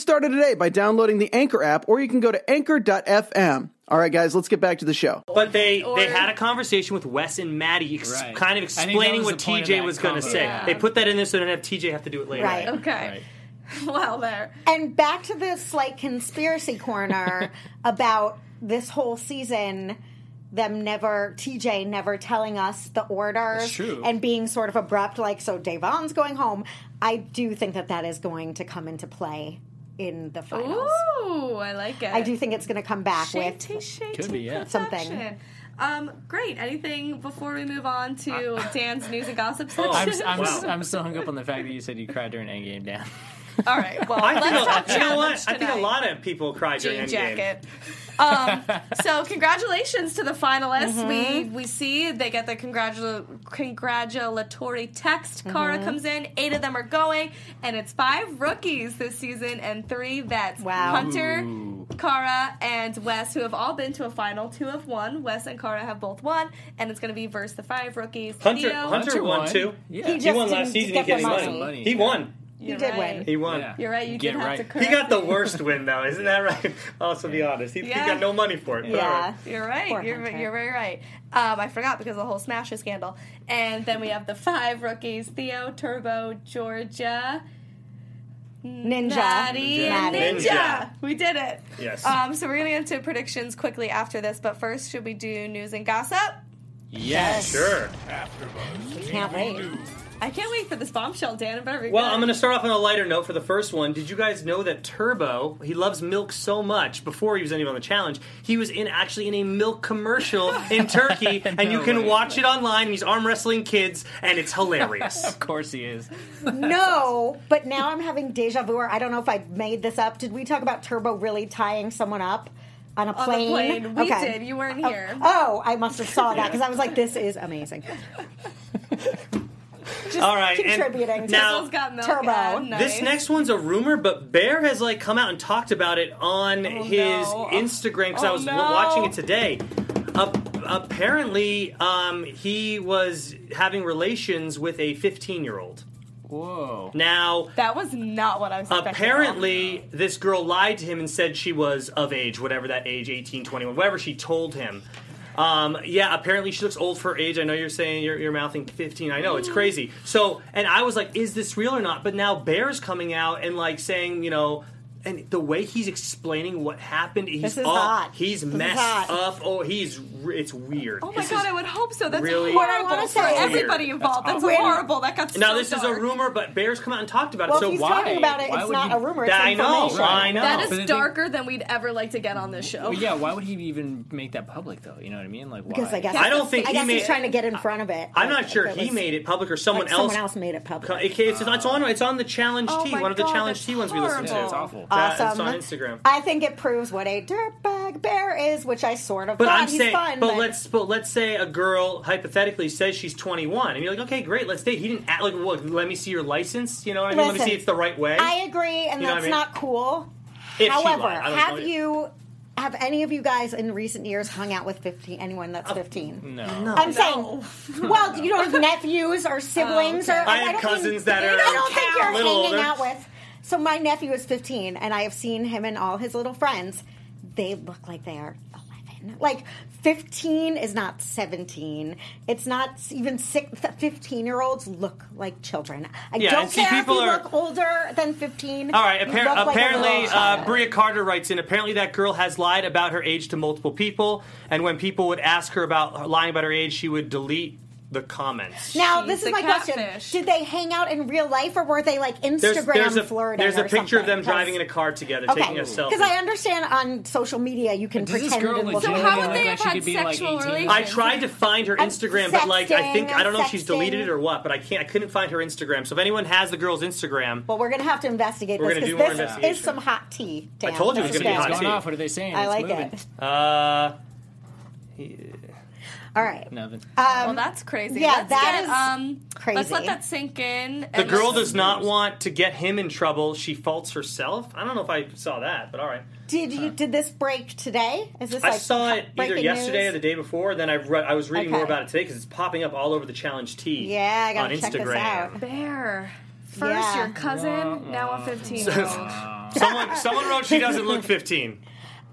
Speaker 7: started today by downloading the Anchor app, or you can go to anchor.fm. All right, guys, let's get back to the show.
Speaker 6: But they they had a conversation with Wes and Maddie, ex-
Speaker 3: Right.
Speaker 6: kind of
Speaker 3: I think that
Speaker 6: explaining
Speaker 3: was
Speaker 6: what
Speaker 3: the point of
Speaker 6: TJ
Speaker 3: that
Speaker 6: was going to
Speaker 3: combo.
Speaker 6: say.
Speaker 5: Yeah.
Speaker 6: They put that in there so they don't have TJ have to do it later.
Speaker 4: Right.
Speaker 5: Okay. Well, there.
Speaker 4: And back to this like conspiracy corner about this whole season them never TJ never telling us the orders
Speaker 3: That's true.
Speaker 4: and being sort of abrupt like so Davon's going home. I do think that that is going to come into play in the finals.
Speaker 5: Ooh, I like it.
Speaker 4: I do think it's going to come back with
Speaker 5: Shady, shady
Speaker 3: Could be, yeah.
Speaker 4: Something.
Speaker 5: perfection. Um, great. Anything before we move on to Dan's news and gossip
Speaker 6: Oh,
Speaker 5: section?
Speaker 3: I'm, I'm,
Speaker 6: Wow.
Speaker 3: I'm so hung up on the fact that you said you cried during Endgame. Down.
Speaker 5: All right. Well,
Speaker 6: I
Speaker 5: let's
Speaker 6: think,
Speaker 5: talk
Speaker 6: a, you know what?
Speaker 5: challenge
Speaker 6: I think a
Speaker 5: tonight.
Speaker 6: lot of people cried during
Speaker 5: jean
Speaker 6: Endgame.
Speaker 5: jacket. Um, so congratulations to the finalists. We
Speaker 6: Mm-hmm.
Speaker 5: we see they get the congratul- congratulatory text. Cara
Speaker 6: Mm-hmm.
Speaker 5: comes in. Eight of them are going, and it's five rookies this season and three vets.
Speaker 4: Wow.
Speaker 5: Hunter, Cara, and Wes, who have all been to a final. Two have won. Wes and Cara have both won, and it's going to be versus the five rookies.
Speaker 6: Hunter,
Speaker 5: Theo,
Speaker 6: Hunter won too.
Speaker 3: Yeah.
Speaker 4: He
Speaker 6: He
Speaker 4: just
Speaker 6: won last
Speaker 4: didn't
Speaker 6: season. He
Speaker 4: get
Speaker 6: didn't
Speaker 4: the
Speaker 6: get any
Speaker 4: money.
Speaker 6: money.
Speaker 3: Money.
Speaker 6: He won.
Speaker 5: You're
Speaker 4: did
Speaker 5: right.
Speaker 4: win.
Speaker 6: He won.
Speaker 3: Yeah.
Speaker 5: You're right. You
Speaker 3: Get
Speaker 5: did have
Speaker 3: right.
Speaker 5: to correct.
Speaker 6: He got the
Speaker 5: me.
Speaker 6: worst win though, isn't that right? I'll also be honest. He, he
Speaker 5: Yeah.
Speaker 6: got no money for it. but all
Speaker 4: yeah.
Speaker 6: right.
Speaker 5: You're right.
Speaker 4: Poor
Speaker 5: You're,
Speaker 4: Hunter.
Speaker 5: you're very right. Um, I forgot because of the whole Smasher scandal. And then we have the five rookies Theo, Turbo, Georgia,
Speaker 4: Ninja.
Speaker 5: Maddie, and
Speaker 4: Maddie.
Speaker 5: Ninja.
Speaker 6: Ninja.
Speaker 5: We did it.
Speaker 6: Yes.
Speaker 5: Um, so we're going to get into predictions quickly after this. But first, should we do news and gossip?
Speaker 3: Yes.
Speaker 6: Sure.
Speaker 4: Can't wait.
Speaker 5: I can't wait for this bombshell, Dan. It better be
Speaker 6: Well,
Speaker 5: good.
Speaker 6: I'm going to start off on a lighter note for the first one. Did you guys know that Turbo, he loves milk so much, before he was even on the challenge, he was in actually in a milk commercial in Turkey, and you can
Speaker 3: way.
Speaker 6: watch it online. He's arm wrestling kids, and it's hilarious.
Speaker 3: Of course he is.
Speaker 4: No, but now I'm having deja vu, or I don't know if I made this up. Did we talk about Turbo really tying someone up on a
Speaker 5: On
Speaker 4: plane?
Speaker 5: the plane. We did. You weren't here.
Speaker 4: Oh, I must have saw that because I was like, "This is amazing." Just
Speaker 6: All right, and
Speaker 4: contributing. to
Speaker 6: now-
Speaker 5: Turbo's got milk.
Speaker 4: Turbo.
Speaker 5: Yeah, nice.
Speaker 6: This next one's a rumor, but Bear has like come out and talked about it on his
Speaker 5: Oh, no.
Speaker 6: Instagram because I
Speaker 5: Oh,
Speaker 6: was
Speaker 5: no.
Speaker 6: watching it today. Ap- apparently, um, he was having relations with a 15 year old.
Speaker 3: Whoa.
Speaker 6: Now,
Speaker 5: That was not what I was expecting.
Speaker 6: apparently this girl lied to him and said she was of age whatever that age 18 21 whatever she told him um, yeah apparently she looks old for her age i know you're saying you're, you're mouthing 15 i know it's
Speaker 4: Mm.
Speaker 6: crazy so and i was like is this real or not but now bear's coming out and like saying you know and the way he's explaining what happened he's
Speaker 4: This is
Speaker 6: all-
Speaker 4: hot.
Speaker 6: he's
Speaker 4: This is
Speaker 6: messed
Speaker 4: hot.
Speaker 6: up oh he's r- it's weird
Speaker 5: Oh my god, I would hope so. That's horrible
Speaker 6: really- What
Speaker 4: I wanna
Speaker 5: for
Speaker 4: say-
Speaker 5: everybody involved. That's,
Speaker 4: awful.
Speaker 5: horrible. That got so
Speaker 6: now this is a
Speaker 5: dark.
Speaker 6: rumor but bear's come out and talked about
Speaker 4: well,
Speaker 6: it so
Speaker 4: if he's
Speaker 6: why
Speaker 4: talking about it,
Speaker 3: Why
Speaker 4: it's
Speaker 3: would
Speaker 4: not
Speaker 3: you-
Speaker 4: a rumor. It's
Speaker 6: I know
Speaker 4: information.
Speaker 6: i know
Speaker 5: That
Speaker 3: Oh. But
Speaker 5: is
Speaker 3: the thing-
Speaker 5: darker than we'd ever like to get on this show.
Speaker 3: Well, yeah. Why would he even make that public though? You know what I mean? Like why?
Speaker 4: Because I guess
Speaker 6: I don't think
Speaker 4: I
Speaker 6: he
Speaker 4: guess he's
Speaker 6: made-
Speaker 4: trying to get in front of it.
Speaker 6: I'm
Speaker 4: Like,
Speaker 6: not
Speaker 4: if
Speaker 6: sure
Speaker 4: it
Speaker 6: he
Speaker 4: was-
Speaker 6: made it public or
Speaker 4: like,
Speaker 6: someone else.
Speaker 4: someone else made it
Speaker 6: Co-
Speaker 4: public.
Speaker 6: it- It's, it's on. It's on the challenge
Speaker 5: Oh
Speaker 6: T.
Speaker 5: my
Speaker 6: One of the
Speaker 5: God,
Speaker 6: challenge
Speaker 5: that's
Speaker 6: T ones we listen to.
Speaker 5: horrible.
Speaker 3: It's awful.
Speaker 6: That-
Speaker 4: Awesome.
Speaker 6: It's on Instagram.
Speaker 4: I think it proves what a dirtbag bear is, which I sort of
Speaker 6: But
Speaker 4: thought
Speaker 6: I'm
Speaker 4: he's
Speaker 6: saying,
Speaker 4: fun.
Speaker 6: but, let's but let's say a girl hypothetically says she's 21, and you're like, okay, great, let's date. He didn't act like, look, let me see your license. You know what I mean? let me
Speaker 4: Listen,
Speaker 6: see it's the right way.
Speaker 4: I agree, and
Speaker 6: You know what
Speaker 4: that's
Speaker 6: I mean?
Speaker 4: not cool.
Speaker 6: If she
Speaker 4: However,
Speaker 6: lied, I don't
Speaker 4: have
Speaker 6: know.
Speaker 4: you have any of you guys in recent years hung out with fifteen anyone that's fifteen?
Speaker 3: No.
Speaker 4: I'm saying, well, you don't have nephews or siblings or
Speaker 5: okay.
Speaker 6: I have
Speaker 4: don't
Speaker 6: cousins
Speaker 4: think-
Speaker 6: that are
Speaker 4: I don't think you're
Speaker 6: a little
Speaker 4: hanging
Speaker 6: older.
Speaker 4: out with. So my nephew is 15, and I have seen him and all his little friends. They look like they are 11. Like 15 is not 17. It's not even six. 15 year olds look like children. I
Speaker 6: Yeah,
Speaker 4: don't
Speaker 6: and see,
Speaker 4: care
Speaker 6: people
Speaker 4: if you
Speaker 6: are-
Speaker 4: look older than 15.
Speaker 6: All right.
Speaker 4: You
Speaker 6: Appar-
Speaker 4: look like a
Speaker 6: apparently,
Speaker 4: little
Speaker 6: uh,
Speaker 4: child.
Speaker 6: Bria Carter writes in. Apparently, that girl has lied about her age to multiple people, and when people would ask her about lying about her age, she would delete the comments.
Speaker 4: Now,
Speaker 5: She's
Speaker 4: this is
Speaker 5: the
Speaker 4: my
Speaker 5: catfish.
Speaker 4: question: Did they hang out in real life, or were they like Instagram
Speaker 6: there's a,
Speaker 4: flirting?
Speaker 6: There's a
Speaker 4: or
Speaker 6: picture of
Speaker 4: something?
Speaker 6: them driving in a car together,
Speaker 4: Okay,
Speaker 6: taking a selfie.
Speaker 4: because I understand on social media you can
Speaker 3: Does this
Speaker 4: pretend
Speaker 3: girl
Speaker 4: and look.
Speaker 3: legit-
Speaker 5: so
Speaker 3: Yeah,
Speaker 5: how
Speaker 3: yeah,
Speaker 5: would
Speaker 3: like
Speaker 5: they
Speaker 3: I
Speaker 5: have
Speaker 3: should
Speaker 5: had
Speaker 3: be, like,
Speaker 5: sexual
Speaker 3: 18.
Speaker 5: relations?
Speaker 6: I tried to find her Instagram, but like I think
Speaker 4: sexting,
Speaker 6: I don't know if she's
Speaker 4: sexting.
Speaker 6: deleted it or what. But I can't. I couldn't find her Instagram. So if anyone has the girl's Instagram,
Speaker 4: Well, we're gonna have to investigate
Speaker 6: We're
Speaker 4: this
Speaker 6: gonna do more
Speaker 4: because this is
Speaker 6: investigation.
Speaker 4: some hot tea. Dan.
Speaker 6: told you it was
Speaker 3: It's
Speaker 6: gonna be hot
Speaker 3: going
Speaker 6: tea.
Speaker 3: off. What are they saying?
Speaker 4: I
Speaker 3: It's
Speaker 4: like
Speaker 3: moving.
Speaker 4: it.
Speaker 6: uh,
Speaker 4: All right, Um,
Speaker 3: Nothing.
Speaker 4: Uh,
Speaker 5: well, that's crazy.
Speaker 4: yeah,
Speaker 5: let's
Speaker 4: that
Speaker 5: get,
Speaker 4: is
Speaker 5: um, Let's
Speaker 4: crazy.
Speaker 5: let that sink in.
Speaker 6: the
Speaker 5: and
Speaker 6: girl
Speaker 5: let's-
Speaker 6: does not want to get him in trouble. She faults herself. I don't know if I saw that, but all right.
Speaker 4: did you did this break today? Is this
Speaker 6: I
Speaker 4: like
Speaker 6: saw
Speaker 4: hot-
Speaker 6: it either
Speaker 4: breaking
Speaker 6: yesterday
Speaker 4: news?
Speaker 6: or the day before. Then I read. I was reading more
Speaker 4: Okay.
Speaker 6: about it today because it's popping up all over the challenge T.
Speaker 4: Yeah, I
Speaker 6: on
Speaker 4: gotta
Speaker 6: Instagram.
Speaker 4: check this out.
Speaker 5: Bear. First
Speaker 4: Yeah.
Speaker 5: your cousin, now a 15 year old.
Speaker 6: someone, someone wrote she doesn't look 15.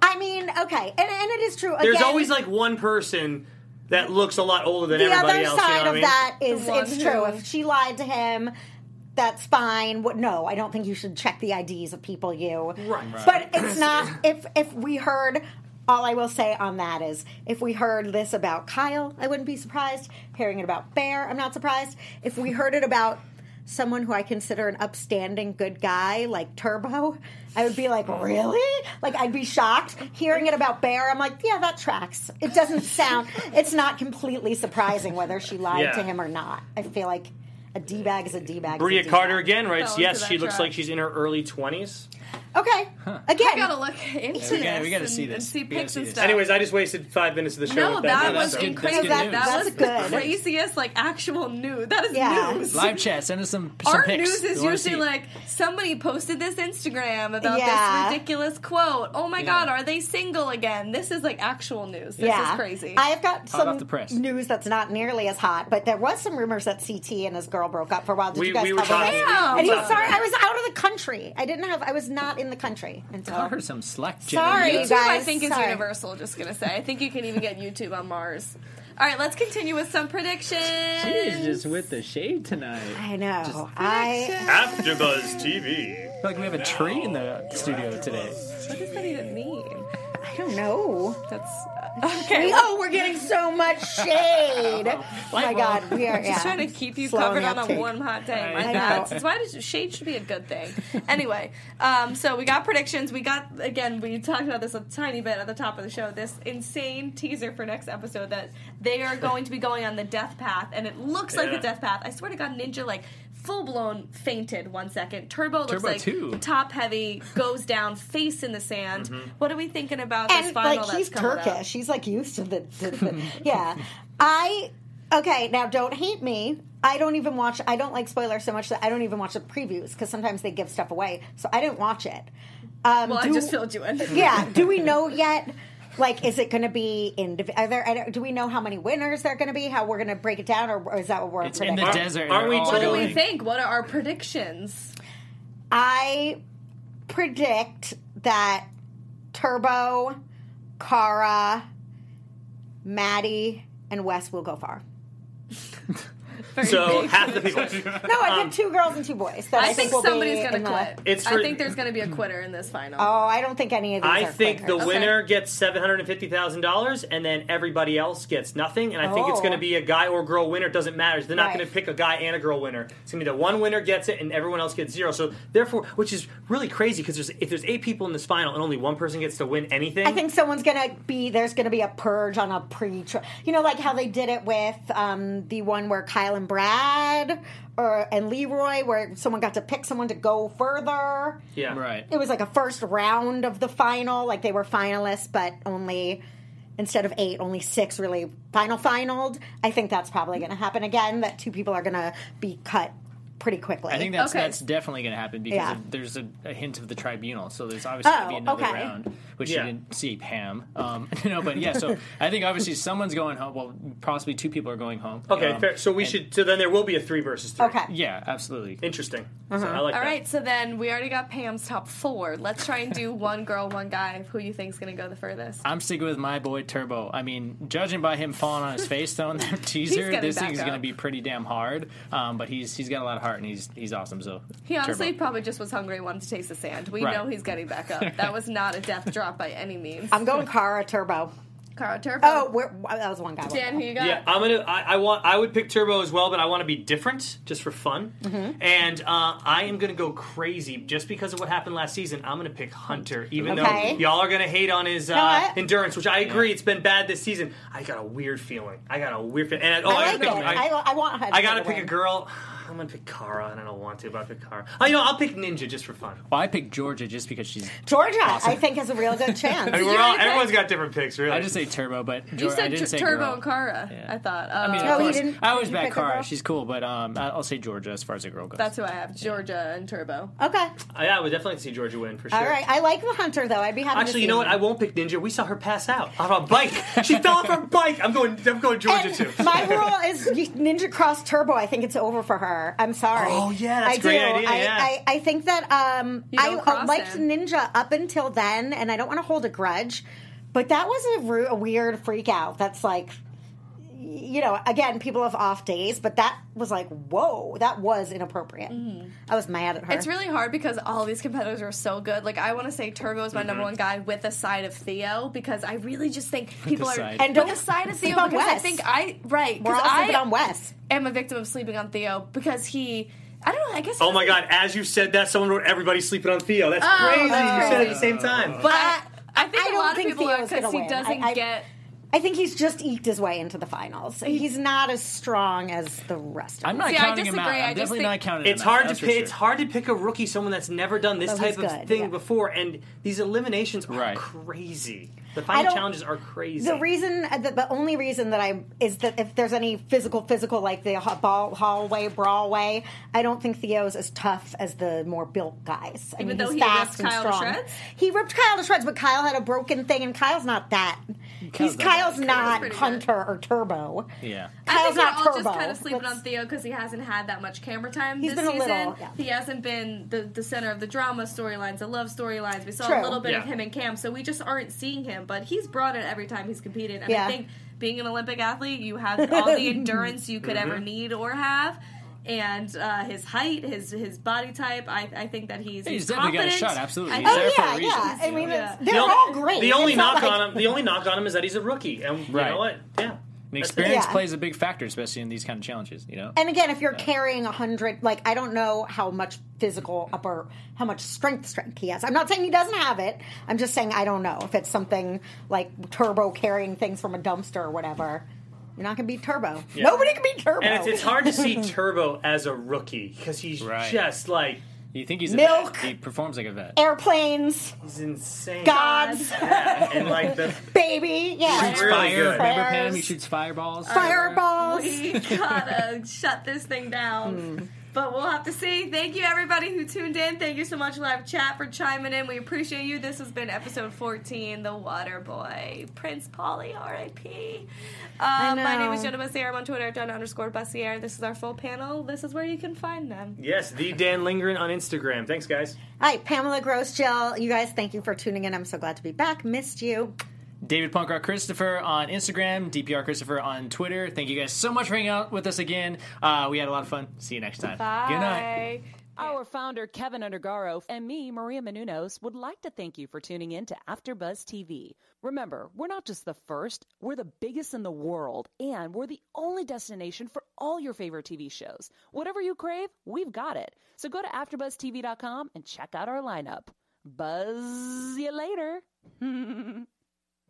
Speaker 4: I mean, okay, and, and it is true.
Speaker 6: There's
Speaker 4: Again,
Speaker 6: always like one person that looks a lot older than
Speaker 4: the
Speaker 6: everybody
Speaker 4: other
Speaker 6: else.
Speaker 4: side
Speaker 6: you know what I
Speaker 4: of
Speaker 6: mean?
Speaker 4: that is
Speaker 5: The one
Speaker 4: it's
Speaker 5: who-
Speaker 4: true. If she lied to him, that's fine. What? No, I don't think you should check the IDs of people you.
Speaker 6: Right. Right.
Speaker 4: But it's not. If if we heard. All I will say on that is, if we heard this about Kyle, I wouldn't be surprised. Hearing it about Bear, I'm not surprised. If we heard it about someone who I consider an upstanding good guy, like Turbo, I would be like, really? Like, I'd be shocked. Hearing it about Bear, I'm like, yeah, that tracks. It doesn't sound, it's not completely surprising whether she lied
Speaker 6: Yeah.
Speaker 4: to him or not. I feel like a D bag is a D bag.
Speaker 6: Bria Carter again writes,
Speaker 5: Fell into
Speaker 6: yes,
Speaker 5: that
Speaker 6: she looks
Speaker 5: trap.
Speaker 6: like she's in her early 20s.
Speaker 4: Okay. Again,
Speaker 5: I gotta look into
Speaker 3: we gotta-
Speaker 5: this
Speaker 3: we gotta see
Speaker 5: and-
Speaker 3: this.
Speaker 5: and see
Speaker 3: We gotta
Speaker 5: pics
Speaker 3: see
Speaker 5: and
Speaker 3: this.
Speaker 5: stuff.
Speaker 6: Anyways, I just wasted five minutes of the show.
Speaker 5: no,
Speaker 6: with
Speaker 5: that
Speaker 3: No,
Speaker 5: was
Speaker 3: that's good- that's
Speaker 5: incredible.
Speaker 3: good
Speaker 5: That,
Speaker 3: news.
Speaker 4: That's
Speaker 5: was
Speaker 4: good.
Speaker 5: the craziest, like actual news. That is
Speaker 4: Yeah.
Speaker 5: news.
Speaker 3: Live chat, send us some, some
Speaker 5: Our
Speaker 3: pics.
Speaker 5: news is
Speaker 3: We wanna see
Speaker 5: usually
Speaker 3: it.
Speaker 5: like somebody posted this Instagram about
Speaker 4: Yeah.
Speaker 5: this ridiculous quote. Oh my
Speaker 3: Yeah.
Speaker 5: god, are they single again? This is like actual news. This
Speaker 4: yeah.
Speaker 5: is crazy.
Speaker 4: I have got
Speaker 3: Hot off
Speaker 4: some
Speaker 3: the press.
Speaker 4: news that's not nearly as hot, but there was some rumors that CT and his girl broke up for a while. Did
Speaker 6: We-
Speaker 4: you guys
Speaker 6: we were
Speaker 4: cover
Speaker 6: talking-
Speaker 4: this?
Speaker 6: we were
Speaker 4: And he's
Speaker 6: talking
Speaker 4: sorry,
Speaker 6: about
Speaker 4: I was out of the country. I didn't have, I was not in the country until.
Speaker 3: Cut her some slack, Jen.
Speaker 4: Sorry,
Speaker 3: Yeah.
Speaker 4: you
Speaker 5: YouTube,
Speaker 4: guys.
Speaker 5: I think, is
Speaker 4: Sorry.
Speaker 5: universal. Just gonna say, I think you can even get YouTube on Mars. All right, let's continue with some predictions.
Speaker 3: She is just with the shade tonight.
Speaker 4: I know. I
Speaker 6: After Buzz TV.
Speaker 3: I feel like we have a tree in the studio today.
Speaker 5: what does that even mean?
Speaker 4: I don't know.
Speaker 5: That's okay.
Speaker 4: We- oh, we're getting so much shade. oh my
Speaker 3: Light
Speaker 4: god,
Speaker 3: bulb.
Speaker 4: we are yeah,
Speaker 5: Just trying to keep you
Speaker 4: slow
Speaker 5: covered
Speaker 4: the
Speaker 5: on a
Speaker 4: uptake.
Speaker 5: warm hot day.
Speaker 3: I
Speaker 5: My
Speaker 3: know.
Speaker 5: bad. That's why does, shade should be a good thing. anyway, um, so we got predictions. We got again. We talked about this a tiny bit at the top of the show. This insane teaser for next episode that they are going to be going on the death path, and it looks like the
Speaker 6: Yeah.
Speaker 5: death path. I swear to God, Ninja like full blown fainted one second. Turbo looks
Speaker 3: Turbo
Speaker 5: like
Speaker 3: too.
Speaker 5: top heavy goes down, face in the sand.
Speaker 3: Mm-hmm.
Speaker 5: What are we thinking about this
Speaker 4: And
Speaker 5: final?
Speaker 4: like
Speaker 5: that's
Speaker 4: he's
Speaker 5: coming up?
Speaker 4: Turkish, he's like used to the, to the yeah. I okay now. Don't hate me. I don't even watch. I don't like spoilers so much that I don't even watch the previews because sometimes they give stuff away. So I didn't watch it. Um,
Speaker 5: Well, I
Speaker 4: do-
Speaker 5: just filled you in.
Speaker 4: yeah. Do we know yet? Like, is it going to be indiv- Are there? I don't- Do we know how many winners there are going to be? How we're going to break it down, or, or is that what we're
Speaker 3: It's in
Speaker 4: predicting?
Speaker 3: the
Speaker 6: Aren't-
Speaker 3: desert.
Speaker 6: aren't we
Speaker 3: They're all
Speaker 5: What do
Speaker 6: totally-
Speaker 3: going-
Speaker 5: we think? What are our predictions?
Speaker 4: I predict that Turbo, Kara, Maddie, and Wes will go far.
Speaker 6: So half the people.
Speaker 4: No, I picked two girls and two boys. That I,
Speaker 5: I think
Speaker 4: will be
Speaker 5: somebody's gonna
Speaker 4: in the-
Speaker 5: quit.
Speaker 6: It's
Speaker 5: I
Speaker 6: for-
Speaker 5: think there's gonna be a quitter in this final.
Speaker 4: Oh, I don't think any of these.
Speaker 6: I
Speaker 4: are
Speaker 6: think the
Speaker 4: quitters.
Speaker 6: winner gets seven hundred and fifty thousand dollars, and then everybody else gets nothing. And I think it's
Speaker 4: Oh.
Speaker 6: going to be a guy or girl winner. It doesn't matter. They're not
Speaker 4: Right.
Speaker 6: going to pick a guy and a girl winner. It's going to be the one winner gets it, and everyone else gets zero. So therefore, which is really crazy because there's if there's eight people in this final and only one person gets to win anything.
Speaker 4: I think someone's gonna be there's gonna be a purge on a pre, you know, like how they did it with um, the one where Kyle and Brad or and Leroy, where someone got to pick someone to go further.
Speaker 6: yeah,
Speaker 3: Right.
Speaker 4: it was like a first round of the final like they were finalists but only instead of eight only six really final finaled i think that's probably going to happen again that two people are going to be cut pretty quickly
Speaker 3: I think that's
Speaker 5: Okay.
Speaker 3: that's definitely going to happen because
Speaker 4: Yeah.
Speaker 3: of- there's a, a hint of the tribunal, so there's obviously going to be
Speaker 4: Oh,
Speaker 3: another
Speaker 4: okay.
Speaker 3: round, which
Speaker 6: Yeah.
Speaker 3: you didn't see, Pam. Um, you know, but yeah, so I think obviously someone's going home. Well, possibly two people are going home.
Speaker 6: Okay,
Speaker 3: Um,
Speaker 6: fair. so we should. So then there will be a three versus three.
Speaker 4: okay
Speaker 3: Yeah, absolutely.
Speaker 6: Interesting. So I like
Speaker 5: All
Speaker 6: that.
Speaker 5: right, so then we already got Pam's top four. Let's try and do one girl, one guy. Who you think's gonna go the furthest?
Speaker 3: I'm sticking with my boy Turbo. I mean, judging by him falling on his face though in that teaser,
Speaker 5: getting
Speaker 3: this
Speaker 5: back
Speaker 3: thing's
Speaker 5: up.
Speaker 3: going to be pretty damn hard. Um, but he's he's got a lot of heart and he's he's awesome. So
Speaker 5: He honestly
Speaker 3: Turbo.
Speaker 5: probably just was hungry, wanted to taste the sand. We
Speaker 3: Right.
Speaker 5: know he's getting back up. That was not a death drop by any means.
Speaker 4: i'm going kara turbo
Speaker 5: Carl Turbo.
Speaker 4: Um, oh we're, that was one guy
Speaker 5: Dan, who you got?
Speaker 6: Yeah, I'm gonna. I, I want. I would pick Turbo as well, but I want to be different just for fun.
Speaker 4: Mm-hmm.
Speaker 6: And uh, I am gonna go crazy just because of what happened last season. I'm gonna pick Hunter, even
Speaker 4: Okay.
Speaker 6: though y'all are gonna hate on his uh,
Speaker 4: what?
Speaker 6: endurance, which I agree. It's been bad this season. I got a weird feeling. I got a weird feeling. And oh,
Speaker 4: i
Speaker 6: I,
Speaker 4: like it
Speaker 6: gotta pick-
Speaker 4: i,
Speaker 6: I,
Speaker 4: I want her
Speaker 6: I gotta
Speaker 4: to
Speaker 6: pick a
Speaker 4: win.
Speaker 6: girl. I'm gonna pick Kara, and I don't want to, but I pick Kara. Oh, you know, I'll pick Ninja just for fun.
Speaker 3: Well, I picked Georgia just because she's.
Speaker 4: georgia i think has a real good chance
Speaker 6: I mean,
Speaker 5: You
Speaker 6: we're all,
Speaker 5: already picked-
Speaker 6: everyone's got different picks, really.
Speaker 3: I just say Turbo, but Geor-
Speaker 5: You
Speaker 3: I
Speaker 5: said
Speaker 3: didn't say
Speaker 5: tur- Turbo
Speaker 3: girl.
Speaker 5: and Kara. I thought. Uh,
Speaker 3: I mean,
Speaker 4: No,
Speaker 3: of
Speaker 4: he
Speaker 3: course,
Speaker 4: didn't-
Speaker 3: I always
Speaker 4: did you
Speaker 3: back
Speaker 4: pick a girl?
Speaker 3: Kara. She's cool, but um, I- I'll say Georgia as far as a girl goes.
Speaker 5: that's who I have. Georgia and Turbo.
Speaker 4: okay
Speaker 6: Uh, yeah, I would definitely see Georgia win for sure.
Speaker 4: all right i like the hunter though i'd be happy to
Speaker 6: Actually,
Speaker 4: see
Speaker 6: you know what?
Speaker 4: him.
Speaker 6: I won't pick Ninja. We saw her pass out on a bike. She fell off her bike. I'm going. I'm going Georgia
Speaker 4: And
Speaker 6: too.
Speaker 4: my rule is Ninja Cross Turbo. I think it's over for her. her. I'm sorry.
Speaker 6: Oh, yeah, that's
Speaker 4: I
Speaker 6: a great
Speaker 4: do.
Speaker 6: idea,
Speaker 4: I,
Speaker 6: yeah.
Speaker 4: I, I think that um,
Speaker 5: You
Speaker 4: I
Speaker 5: don't
Speaker 4: uh,
Speaker 5: cross
Speaker 4: liked
Speaker 5: him.
Speaker 4: Ninja up until then, and I don't want to hold a grudge, but that was a, ru- a weird freak out. That's like, you know, again, people have off days, but that was like, whoa, that was inappropriate. I was mad at her.
Speaker 5: Mm-hmm. It's really hard because all these competitors are so good. Like I want to say Turbo is my
Speaker 6: Mm-hmm.
Speaker 5: number one guy with a side of Theo because I really just think people are
Speaker 3: side.
Speaker 5: and
Speaker 4: And don't
Speaker 5: with a side of
Speaker 4: sleep
Speaker 5: Theo
Speaker 4: on
Speaker 5: because I
Speaker 4: Wes.
Speaker 5: think I right
Speaker 4: We're all
Speaker 5: because I
Speaker 4: sleeping on Wes.
Speaker 5: am a victim of sleeping on Theo because he I don't know I guess he
Speaker 6: Oh my
Speaker 5: doesn't-
Speaker 6: god! As you said that, someone wrote "Everybody sleeping on Theo." That's
Speaker 5: Oh,
Speaker 6: crazy.
Speaker 5: that's
Speaker 6: You said it at
Speaker 5: crazy.
Speaker 6: the same
Speaker 3: Uh,
Speaker 6: time.
Speaker 5: but I, I think
Speaker 4: I
Speaker 5: a
Speaker 4: don't
Speaker 5: lot of
Speaker 4: think
Speaker 5: people
Speaker 4: Theo
Speaker 5: are
Speaker 4: is gonna
Speaker 5: because he
Speaker 4: win.
Speaker 5: doesn't
Speaker 4: I- I-
Speaker 5: get
Speaker 4: I think he's just eked his way into the finals. He's not as strong as the rest of
Speaker 3: I'm
Speaker 4: us.
Speaker 3: not
Speaker 5: See, I
Speaker 3: counting him out.
Speaker 5: disagree. I
Speaker 3: I'm
Speaker 5: just
Speaker 3: definitely
Speaker 5: think-
Speaker 3: not counting
Speaker 6: It's
Speaker 3: him out,
Speaker 6: hard to
Speaker 3: that's for
Speaker 6: pick,
Speaker 3: sure.
Speaker 6: it's hard to pick a rookie, someone that's never done this
Speaker 4: But
Speaker 6: type
Speaker 4: he's
Speaker 6: of
Speaker 4: good,
Speaker 6: thing
Speaker 4: yeah.
Speaker 6: before, and these eliminations are
Speaker 3: Right.
Speaker 6: crazy. The
Speaker 4: I
Speaker 6: final
Speaker 4: don't-
Speaker 6: challenges are crazy.
Speaker 4: The reason, uh, the, the only reason that I is that if there's any physical, physical like the ha- ball, hallway brawlway, I don't think Theo's as tough as the more built guys. I
Speaker 5: Even
Speaker 4: mean,
Speaker 5: though
Speaker 4: he's
Speaker 5: he ripped
Speaker 4: fast and
Speaker 5: Kyle to
Speaker 4: strong.
Speaker 5: shreds?
Speaker 4: He ripped Kyle to shreds, but Kyle had a broken thing, and Kyle's not that.
Speaker 3: Kyle's not
Speaker 4: he's
Speaker 3: that.
Speaker 4: Kyle's not
Speaker 5: pretty good.
Speaker 4: Hunter or Turbo.
Speaker 3: Yeah.
Speaker 5: I
Speaker 4: Kyle's
Speaker 5: think we're
Speaker 4: not
Speaker 5: all
Speaker 4: Turbo.
Speaker 5: just kind of sleeping
Speaker 4: Let's-
Speaker 5: on Theo because he hasn't had that much camera time
Speaker 4: He's
Speaker 5: this
Speaker 4: been a
Speaker 5: season.
Speaker 4: little, yeah.
Speaker 5: He hasn't been the, the center of the drama storylines, the love storylines. We saw a
Speaker 4: True.
Speaker 5: little bit of
Speaker 6: Yeah.
Speaker 5: him in camp, so we just aren't seeing him. But he's brought it every time he's competed, and I
Speaker 4: Yeah.
Speaker 5: think being an Olympic athlete, you have all the endurance you could
Speaker 3: Mm-hmm.
Speaker 5: ever need or have. And uh, his height, his his body type, I, I think that he's
Speaker 3: He's definitely got a
Speaker 5: confident.
Speaker 3: shot, absolutely.
Speaker 5: I
Speaker 3: He's
Speaker 5: think-
Speaker 3: there
Speaker 4: Oh
Speaker 3: for a
Speaker 4: yeah,
Speaker 3: reason.
Speaker 4: yeah. I mean,
Speaker 5: Yeah.
Speaker 4: it's they're
Speaker 6: The only-
Speaker 4: all great.
Speaker 6: The only
Speaker 4: It's not
Speaker 6: knock
Speaker 4: like-
Speaker 6: on him, the only knock on him is that he's a rookie, and you
Speaker 3: Right.
Speaker 6: know what? Yeah,
Speaker 3: And experience
Speaker 4: Yeah.
Speaker 3: plays a big factor, especially in these kind of challenges, you know?
Speaker 4: And again, if you're carrying a hundred, like I don't know how much physical upper, how much strength strength he has. I'm not saying he doesn't have it. I'm just saying I don't know if it's something like turbo carrying things from a dumpster or whatever. You're not going to be turbo. Nobody can be turbo.
Speaker 6: And it's, it's hard to see Turbo as a rookie because he's
Speaker 3: Right.
Speaker 6: just like
Speaker 3: You think he's a
Speaker 4: Milk.
Speaker 3: vet. He performs like a vet.
Speaker 4: Airplanes,
Speaker 6: he's insane.
Speaker 4: gods,
Speaker 6: Yeah, and like the
Speaker 4: baby, yeah,
Speaker 6: Shoots really good.
Speaker 3: Remember Pam?
Speaker 4: Prayers.
Speaker 3: He shoots fireballs.
Speaker 4: fireballs.
Speaker 5: we gotta shut this thing down. But we'll have to see. Thank you, everybody who tuned in. Thank you so much, live chat, for chiming in. We appreciate you. This has been episode 14, The Water Boy, Prince Polly, R.I.P. Uh, my name is
Speaker 4: know.
Speaker 5: Jenna Bussier. I'm on Twitter at Jenna underscore Bussier. This is our full panel. This is where you can find them.
Speaker 6: yes, the Dan Lingren on Instagram. Thanks, guys.
Speaker 4: Hi, Pamela Gross, Jill. You guys, thank you for tuning in. I'm so glad to be back. Missed you.
Speaker 3: David Punk Rock Christopher on Instagram, DPR Christopher on Twitter. Thank you guys so much for hanging out with us again. Uh, we had a lot of fun. See you next time.
Speaker 5: Bye.
Speaker 3: Good night.
Speaker 2: Our founder, Kevin Undergaro, and me, Maria Menounos, would like to thank you for tuning in to AfterBuzz TV. Remember, we're not just the first, we're the biggest in the world, and we're the only destination for all your favorite TV shows. Whatever you crave, we've got it. So go to AfterBuzzTV.com and check out our lineup. Buzz you later.